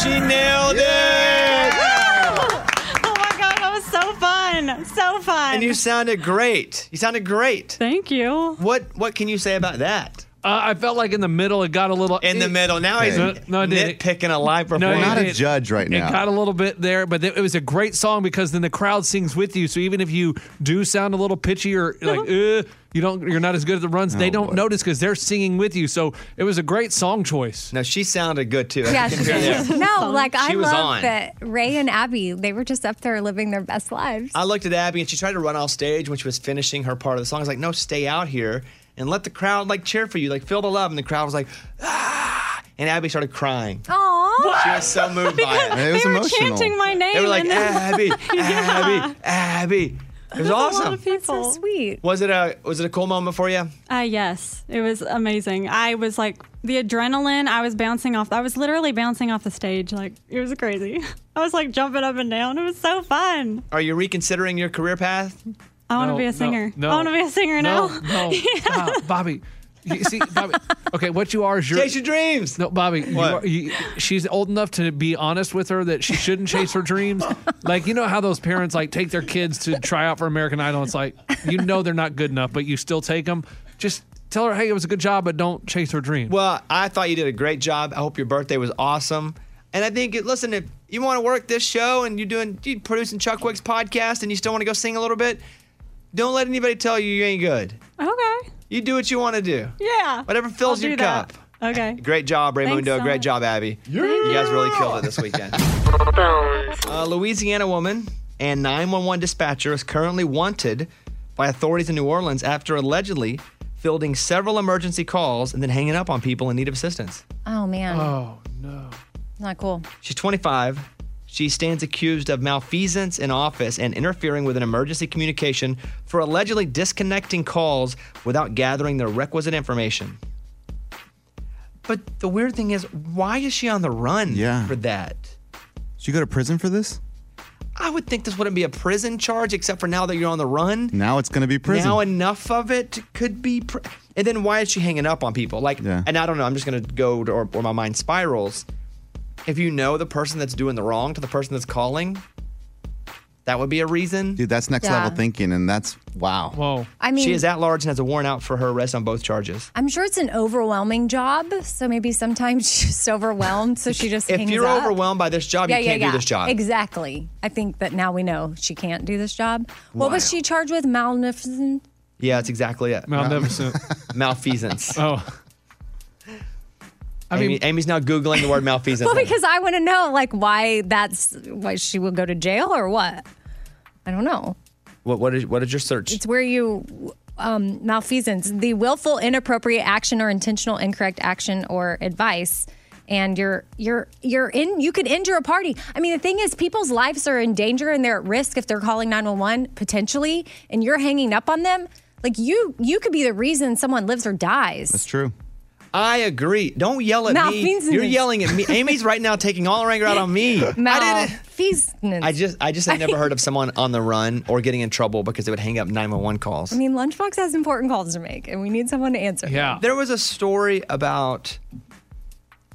Speaker 12: She nailed it.
Speaker 28: Oh my god, that was so fun. So fun.
Speaker 1: And you sounded great. You sounded great.
Speaker 28: Thank you.
Speaker 1: What What can you say about that?
Speaker 9: Uh, I felt like in the middle it got a little
Speaker 1: in the middle. Now he's
Speaker 9: No, no, it didn't.
Speaker 1: nitpicking a live
Speaker 9: No,
Speaker 1: performance.
Speaker 9: it
Speaker 1: Not a
Speaker 9: didn't.
Speaker 1: judge right now.
Speaker 9: It got a little bit there, but it was a great song because then the crowd sings with you. So even if you do sound a little pitchy or like, uh, you don't, you're not as good at the runs. they don't notice because they're singing with you. So it was a great song choice.
Speaker 1: No, she sounded good too.
Speaker 3: Yeah, she did. No, like I
Speaker 1: She was
Speaker 3: love
Speaker 1: on.
Speaker 3: that Ray and Abby, they were just up there living their best lives.
Speaker 1: I looked at Abby and she tried to run off stage when she was finishing her part of the song. I was like, no, stay out here and let the crowd like cheer for you, like feel the love. And the crowd was like, ah. And Abby started crying.
Speaker 28: Aww.
Speaker 1: She was so moved by it.
Speaker 28: they were chanting my name.
Speaker 1: They were like, "Ah,
Speaker 28: and then-
Speaker 1: Abby,
Speaker 28: Yeah.
Speaker 1: Abby, Abby. It was
Speaker 28: There's a lot
Speaker 1: awesome.
Speaker 28: of people. so
Speaker 3: sweet.
Speaker 1: Was it a was it a cool moment for you?
Speaker 28: Uh, yes, it was amazing. I was like the adrenaline. I was bouncing off. I was literally bouncing off the stage. Like it was crazy. I was like jumping up and down. It was so fun.
Speaker 1: Are you reconsidering your career path?
Speaker 28: I want to
Speaker 9: No,
Speaker 28: be
Speaker 9: no,
Speaker 28: a singer.
Speaker 9: no.
Speaker 28: I want to be a singer
Speaker 9: No,
Speaker 28: now.
Speaker 9: no, stop, Uh, Bobby. You, see, Bobby. Okay, what you are is your
Speaker 1: chase your dreams.
Speaker 9: No, Bobby. You are, you, she's old enough to be honest with her that she shouldn't chase her dreams. Like you know how those parents like take their kids to try out for American Idol. It's like you know they're not good enough, but you still take them. Just tell her, hey, it was a good job, but don't chase her dream.
Speaker 1: Well, I thought you did a great job. I hope your birthday was awesome. And I think, it- listen, if you want to work this show and you're doing you producing Chuck Wick's podcast and you still want to go sing a little bit, don't let anybody tell you you ain't good.
Speaker 28: Okay.
Speaker 1: You do what you want to do.
Speaker 28: Yeah.
Speaker 1: Whatever fills
Speaker 28: I'll
Speaker 1: your
Speaker 28: do that.
Speaker 1: cup.
Speaker 28: Okay.
Speaker 1: Great job,
Speaker 28: Thanks
Speaker 1: Raymundo.
Speaker 28: so
Speaker 1: Great
Speaker 28: much.
Speaker 1: job, Abby. You guys really killed it this weekend. A Louisiana woman and 911 dispatcher is currently wanted by authorities in New Orleans after allegedly fielding several emergency calls and then hanging up on people in need of assistance.
Speaker 3: Oh man.
Speaker 9: Oh no.
Speaker 3: Not cool.
Speaker 1: She's 25. She stands accused of malfeasance in office and interfering with an emergency communication for allegedly disconnecting calls without gathering the requisite information. But the weird thing is, why is she on the run
Speaker 8: Yeah.
Speaker 1: for that?
Speaker 8: Should you go to prison for this?
Speaker 1: I would think this wouldn't be a prison charge, except for now that you're on the run.
Speaker 8: Now it's going to be prison.
Speaker 1: Now enough of it could be. Pr- and then why is she hanging up on people? Like, and I don't know. I'm just gonna go to, or, or my mind spirals. If you know the person that's doing the wrong to the person that's calling, that would be a reason.
Speaker 8: Dude, that's next
Speaker 3: Yeah.
Speaker 8: level thinking, and that's wow.
Speaker 9: Whoa.
Speaker 3: I mean-
Speaker 1: she is at large and has a warrant out for her arrest on both charges.
Speaker 3: I'm sure it's an overwhelming job, so maybe sometimes she's just overwhelmed, so she just
Speaker 1: If
Speaker 3: hangs
Speaker 1: you're
Speaker 3: up.
Speaker 1: overwhelmed by this job,
Speaker 3: yeah,
Speaker 1: you
Speaker 3: yeah,
Speaker 1: can't
Speaker 3: yeah.
Speaker 1: do this job.
Speaker 3: Exactly. I think that now we know she can't do this job. What was
Speaker 1: Wow.
Speaker 3: she charged with? Malfeasance.
Speaker 1: Yeah, that's exactly it.
Speaker 9: Malfeasance.
Speaker 1: malfeasance.
Speaker 9: Oh.
Speaker 1: I mean, Amy, Amy's now googling the word malfeasance.
Speaker 3: Well, because I want to know, like, why that's why she will go to jail or what? I don't know.
Speaker 1: what what is what is your search?
Speaker 3: It's where you um, malfeasance, the willful, inappropriate action or intentional incorrect action or advice, and you're you're you're in. You could injure a party. I mean, the thing is, people's lives are in danger and they're at risk if they're calling nine one one potentially, and you're hanging up on them. Like you, you could be the reason someone lives or dies.
Speaker 1: That's true. I agree. Don't yell at me.
Speaker 3: Malfeasance.
Speaker 1: You're yelling at me. Amy's right now taking all her anger out on me.
Speaker 3: Malfeasance.
Speaker 1: I just I just had never heard of someone on the run or getting in trouble because they would hang up 911 calls.
Speaker 3: I mean, Lunchbox has important calls to make, and we need someone to answer.
Speaker 1: There was a story about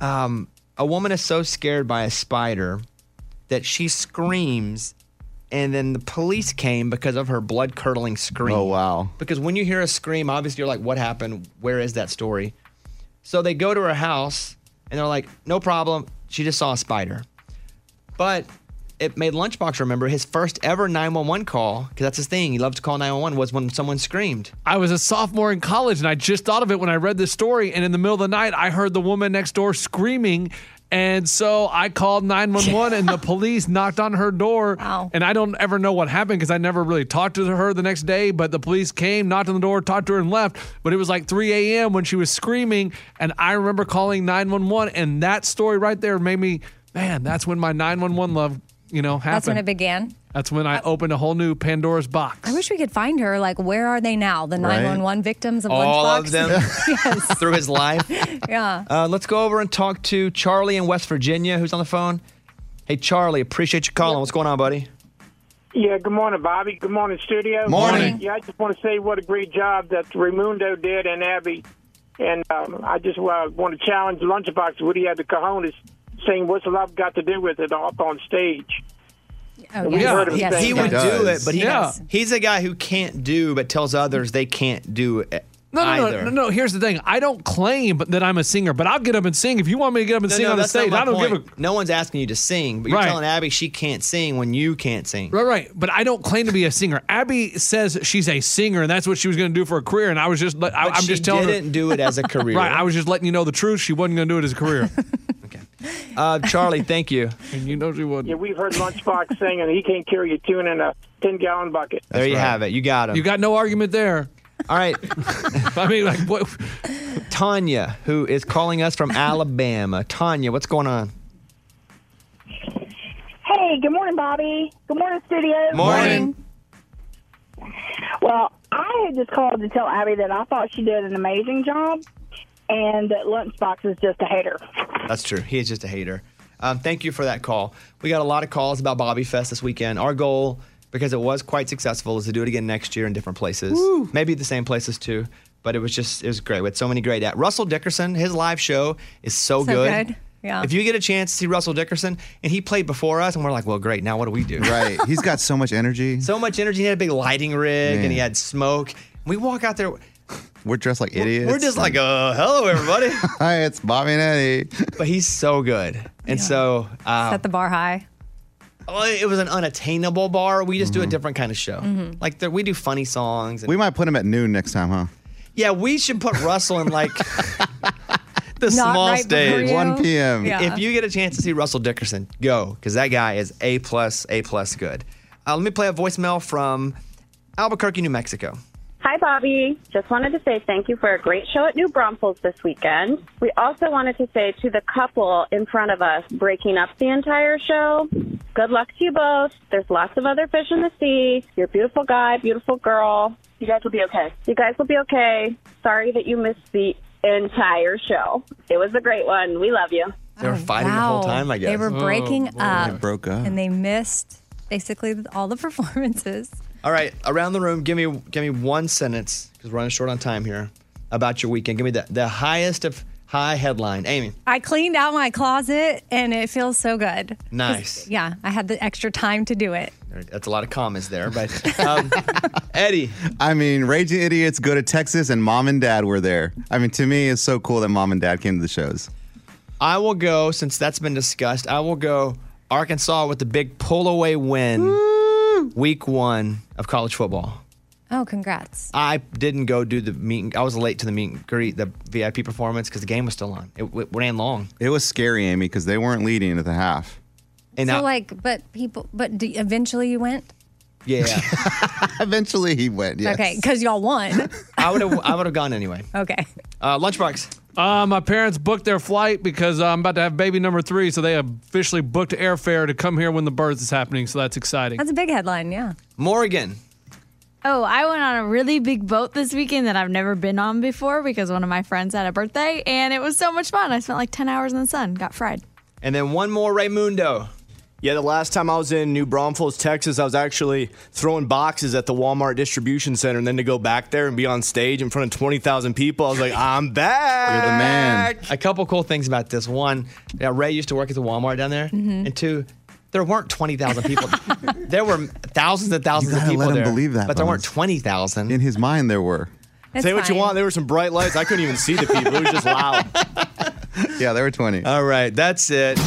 Speaker 1: um, a woman is so scared by a spider that she screams and then the police came because of her blood curdling scream. Oh wow! Because when you hear a scream, obviously you're like, "What happened? Where is that story?" So they go to her house and they're like, "No problem. She just saw a spider." But it made Lunchbox remember his first ever 911 call because that's his thing. He loved to call 911 was when someone screamed.
Speaker 9: I was a sophomore in college and I just thought of it when I read this story. And in the middle of the night, I heard the woman next door screaming. And so I called 911 and the police knocked on her door. And I don't ever know what happened because I never really talked to her the next day. But the police came, knocked on the door, talked to her, and left. But it was like 3 a.m. when she was screaming. And I remember calling 911. And that story right there made me, man, that's when my 911 love, you know, happened.
Speaker 3: That's when it began.
Speaker 9: That's when I opened a whole new Pandora's box.
Speaker 3: I wish we could find her. Like, where are they now? The
Speaker 1: Right.
Speaker 3: 911 victims of
Speaker 1: All
Speaker 3: Lunchbox?
Speaker 1: of them through his life.
Speaker 3: yeah.
Speaker 1: Uh, let's go over and talk to Charlie in West Virginia, who's on the phone. Hey, Charlie, appreciate you calling. What's going on, buddy?
Speaker 29: Yeah, good morning, Bobby. Good morning, studio.
Speaker 1: Morning.
Speaker 29: Yeah, I just want to say what a great job that Raimundo did and Abby. And um, I just uh, want to challenge Lunchbox. Would he have the cojones saying, What's love got to do with it up on stage? And we heard him say
Speaker 1: he
Speaker 29: that.
Speaker 1: would do it, but he,
Speaker 9: Yeah.
Speaker 1: he's a guy who can't do, but tells others they can't do it
Speaker 9: No, no,
Speaker 1: either.
Speaker 9: no, no, no. Here's the thing. I don't claim that I'm a singer, but I'll get up and sing. If you want me to get up and
Speaker 1: No,
Speaker 9: sing
Speaker 1: no,
Speaker 9: on the
Speaker 1: that's not
Speaker 9: stage,
Speaker 1: my
Speaker 9: I don't give a
Speaker 1: point. No one's asking you to sing, but you're
Speaker 9: Right.
Speaker 1: telling Abby she can't sing when you can't sing.
Speaker 9: Right, right. But I don't claim to be a singer. Abby says she's a singer, and that's what she was going to do for a career. And I was just, let- I,
Speaker 1: But
Speaker 9: am
Speaker 1: she
Speaker 9: just telling her,
Speaker 1: didn't do it as a career.
Speaker 9: Right. I was just letting you know the truth. She wasn't going to do it as a career.
Speaker 1: Uh, Charlie, thank you.
Speaker 9: and you know she wasn't.
Speaker 29: Yeah, we've heard Lunchbox singing, he can't carry a tune in a 10 gallon bucket.
Speaker 1: there you have it. You got him.
Speaker 9: You got no argument there.
Speaker 1: All right.
Speaker 9: I mean, like, what?
Speaker 1: Tanya, who is calling us from Alabama. Tanya, what's going on?
Speaker 16: Hey, good morning, Bobby. Good morning, studio.
Speaker 1: Morning.
Speaker 16: Well, I had just called to tell Abby that I thought she did an amazing job and that Lunchbox is just a hater.
Speaker 1: That's true. He is just a hater. Um, thank you for that call. We got a lot of calls about Bobby Fest this weekend. Our goal, because it was quite successful, is to do it again next year in different places. Maybe the same places too. But it was just, it was great. We had so many great at Russell Dickerson, his live show is so,
Speaker 3: Yeah.
Speaker 1: Oh, If you get a chance to see Russell Dickerson, and he played before us, and we're like, well, great, now what do we do?
Speaker 8: Right. He's got so much energy.
Speaker 1: so much energy. He had a big lighting rig,
Speaker 8: Man.
Speaker 1: and he had smoke. We walk out there,
Speaker 8: We're dressed like idiots.
Speaker 1: we're just like, uh, hello, everybody.
Speaker 8: Hi, it's Bobby and Eddie.
Speaker 1: But he's so good. And so, uh,
Speaker 3: Set the bar high.
Speaker 1: Well, it was an unattainable bar. We just do a different kind of show.
Speaker 3: Mm-hmm.
Speaker 1: Like there, we do funny songs. And,
Speaker 8: Mm-hmm. we might put him at noon next time, huh?
Speaker 1: yeah, we should put Russell in like the
Speaker 8: Not
Speaker 1: small
Speaker 8: right before
Speaker 1: stage,
Speaker 8: you. 1 p.m.. Yeah.
Speaker 1: If you get a chance to see Russell Dickerson, go because that guy is a plus, a plus good. Uh, let me play a voicemail from Albuquerque, New Mexico.
Speaker 30: Hi, Bobby. Just wanted to say thank you for a great show at New Braunfels this weekend. We also wanted to say to the couple in front of us breaking up the entire show, good luck to you both. There's lots of other fish in the sea. You're a beautiful guy, beautiful girl. You guys will be okay. You guys will be okay. Sorry that you missed the entire show. It was a great one. We love you.
Speaker 1: They were fighting the whole
Speaker 3: Oh, Wow.
Speaker 1: time. I guess
Speaker 3: They were breaking
Speaker 8: Oh,
Speaker 3: up.
Speaker 1: They broke up.
Speaker 3: And they missed basically all the performances.
Speaker 1: All right, around the room, give me give me one sentence because we're running short on time here about your weekend. Give me the the highest of high headline, Amy.
Speaker 3: I cleaned out my closet and it feels so good.
Speaker 1: Nice.
Speaker 3: Yeah, I had the extra time to do it.
Speaker 1: There- That's a lot of commas there, but um, Eddie.
Speaker 8: I mean, Raging Idiots go to Texas and mom and dad were there. I mean, to me, it's so cool that mom and dad came to the shows.
Speaker 1: I will go since that's been discussed. I will go Arkansas with the big pull away win, week one of college football.
Speaker 3: Oh, congrats.
Speaker 1: I didn't go do the meet. And, I was late to the meet and greet, the VIP performance because the game was still on. It, w ran long.
Speaker 8: It was scary, Amy, because they weren't leading at the half.
Speaker 1: And
Speaker 3: so, like, but people, but do, eventually you went?
Speaker 1: yeah,
Speaker 8: eventually he went.
Speaker 3: Okay, Okay, because y'all won.
Speaker 1: I would have. I would have gone anyway.
Speaker 3: okay.
Speaker 1: Uh, lunchbox.
Speaker 9: Uh, my parents booked their flight because uh, I'm about to have baby number three, so they officially booked airfare to come here when the birth is happening. So that's exciting.
Speaker 3: That's a big headline, yeah.
Speaker 1: Morgan.
Speaker 31: Oh, I went on a really big boat this weekend that I've never been on before because one of my friends had a birthday and it was so much fun. I spent like 10 hours in the sun, got fried.
Speaker 1: And then one more Raymundo.
Speaker 12: Yeah, the last time I was in New Braunfels, Texas, I was actually throwing boxes at the Walmart distribution center. And then to go back there and be on stage in front of 20,000 people, I was like, I'm back. You're the man.
Speaker 1: A couple cool things about this. One, yeah, Ray used to work at the Walmart down there. And two, There weren't 20,000 people. there were thousands and thousands of
Speaker 8: gotta
Speaker 1: people
Speaker 8: let him
Speaker 1: there.
Speaker 8: believe that,
Speaker 1: But there
Speaker 8: Bones.
Speaker 1: weren't 20,000.
Speaker 8: In his mind, there were.
Speaker 1: It's
Speaker 12: Say what
Speaker 1: fine.
Speaker 12: you want. There were some bright lights. I couldn't even see the people. It was just loud.
Speaker 8: Yeah, there were 20.
Speaker 1: All right, that's it.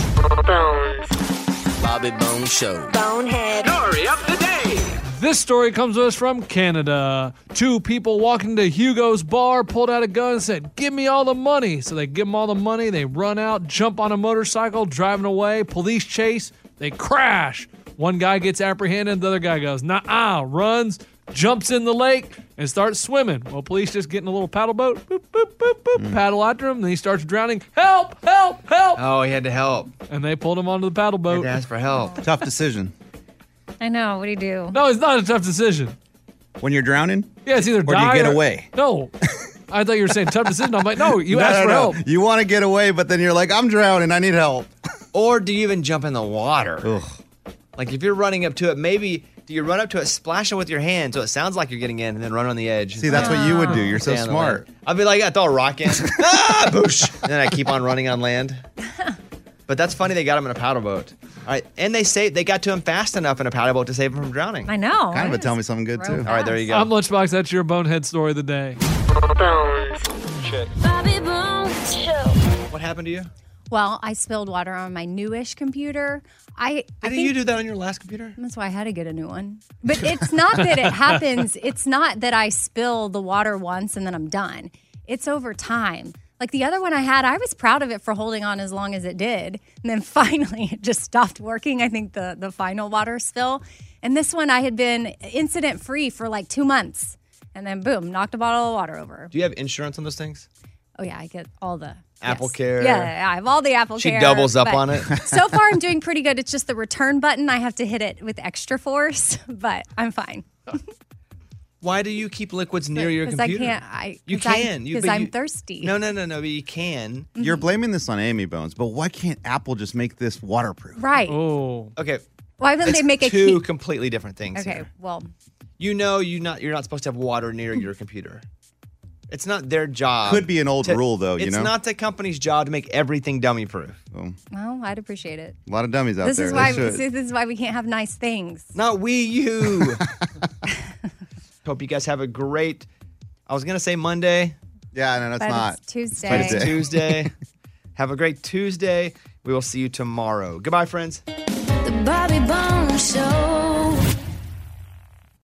Speaker 9: Bobby Bone Show.
Speaker 11: Bonehead.
Speaker 4: Story of the day.
Speaker 9: This story comes to us from Canada. Two people walked into Hugo's bar, pulled out a gun, and said, Give me all the money. So they give them all the money. They run out, jump on a motorcycle, driving away. Police chase. They crash. One guy gets apprehended. The other guy goes, Nah, ah, runs, jumps in the lake, and starts swimming. Well, police just get in a little paddle boat, boop, boop, boop, boop,
Speaker 1: Hmm.
Speaker 9: paddle after him. Then he starts drowning. Help, help, help.
Speaker 1: Oh, he had to help.
Speaker 9: And they pulled him onto the paddle boat.
Speaker 1: ask for help.
Speaker 8: Tough decision.
Speaker 3: I know. What do you do?
Speaker 9: No, it's not a tough decision.
Speaker 8: When you're drowning?
Speaker 9: Yeah, it's either
Speaker 8: Or do you
Speaker 9: die
Speaker 8: get away?
Speaker 9: No. I thought you were saying tough decision. I'm like, no, you
Speaker 8: No,
Speaker 9: asked
Speaker 8: no,
Speaker 9: for
Speaker 8: no.
Speaker 9: help.
Speaker 8: You want to get away, but then you're like, I'm drowning. I need help.
Speaker 1: Or do you even jump in the water? Like if you're running up to it, maybe do you run up to it, splash it with your hand so it sounds like you're getting in, and then run on the edge?
Speaker 8: See, that's what you would do. You're so
Speaker 1: Stay on the
Speaker 8: smart.
Speaker 1: land. I'd be like, I throw a rock in, ah, boosh, and then I keep on running on land. But that's funny. They got him in a paddle boat. All right, and they say they got to him fast enough in a paddle boat to save him from drowning.
Speaker 3: I know.
Speaker 1: Kind of a
Speaker 8: tell me something good
Speaker 1: too. All right, there you go.
Speaker 9: I'm Lunchbox. That's your bonehead story of the day.
Speaker 31: Bobby Bones Show.
Speaker 1: What happened to you?
Speaker 3: Well, I spilled water on my newish computer. I did I
Speaker 1: Didn't
Speaker 3: think
Speaker 1: you do that on your last computer?
Speaker 3: That's why I had to get a new one. But it's not that it happens. It's not that I spill the water once and then I'm done. It's over time. Like the other one I had, I was proud of it for holding on as long as it did. And then finally it just stopped working. I think the the final water spill. And this one I had been incident free for like 2 months. And then boom, knocked a bottle of water over.
Speaker 1: Do you have insurance on those things?
Speaker 3: Oh yeah, I get all the
Speaker 1: Apple Care.
Speaker 3: yeah, I have all the Apple
Speaker 1: She
Speaker 3: Care,
Speaker 1: doubles up
Speaker 3: but
Speaker 1: on it.
Speaker 3: so far, I'm doing pretty good. It's just the return button. I have to hit it with extra force, but I'm fine.
Speaker 1: Why do you keep liquids near your
Speaker 3: Because I
Speaker 1: computer?
Speaker 3: can't. I
Speaker 1: You
Speaker 3: 'cause I-
Speaker 1: can. You-
Speaker 3: 'cause
Speaker 1: but
Speaker 3: I'm
Speaker 1: you-
Speaker 3: thirsty.
Speaker 1: No, no, no, no. But you can.
Speaker 8: You're blaming this on Amy Bones, but why can't Apple just make this waterproof?
Speaker 3: Right.
Speaker 9: Oh.
Speaker 1: Okay.
Speaker 3: Why wouldn't
Speaker 1: It's
Speaker 3: they make a
Speaker 1: two
Speaker 3: key?
Speaker 1: completely different things?
Speaker 3: Okay.
Speaker 1: here.
Speaker 3: Well,
Speaker 1: You know, you not you're not supposed to have water near your computer. It's not their job.
Speaker 8: Could be an old
Speaker 1: to-
Speaker 8: rule, though, you
Speaker 1: it's
Speaker 8: know?
Speaker 1: not the company's job to make everything dummy proof.
Speaker 3: well, I'd appreciate it.
Speaker 8: A lot of dummies out
Speaker 3: This
Speaker 8: there.
Speaker 3: is
Speaker 8: They
Speaker 3: why.
Speaker 8: should.
Speaker 3: This is, this is why we can't have nice things.
Speaker 1: Not we, you. Hope you guys have a great. I was gonna say Monday.
Speaker 8: Yeah, no, no,
Speaker 3: But it's not. Tuesday.
Speaker 1: It's
Speaker 3: Tuesday.
Speaker 1: Tuesday. have a great Tuesday. We will see you tomorrow. Goodbye, friends.
Speaker 31: The Bobby Bones Show.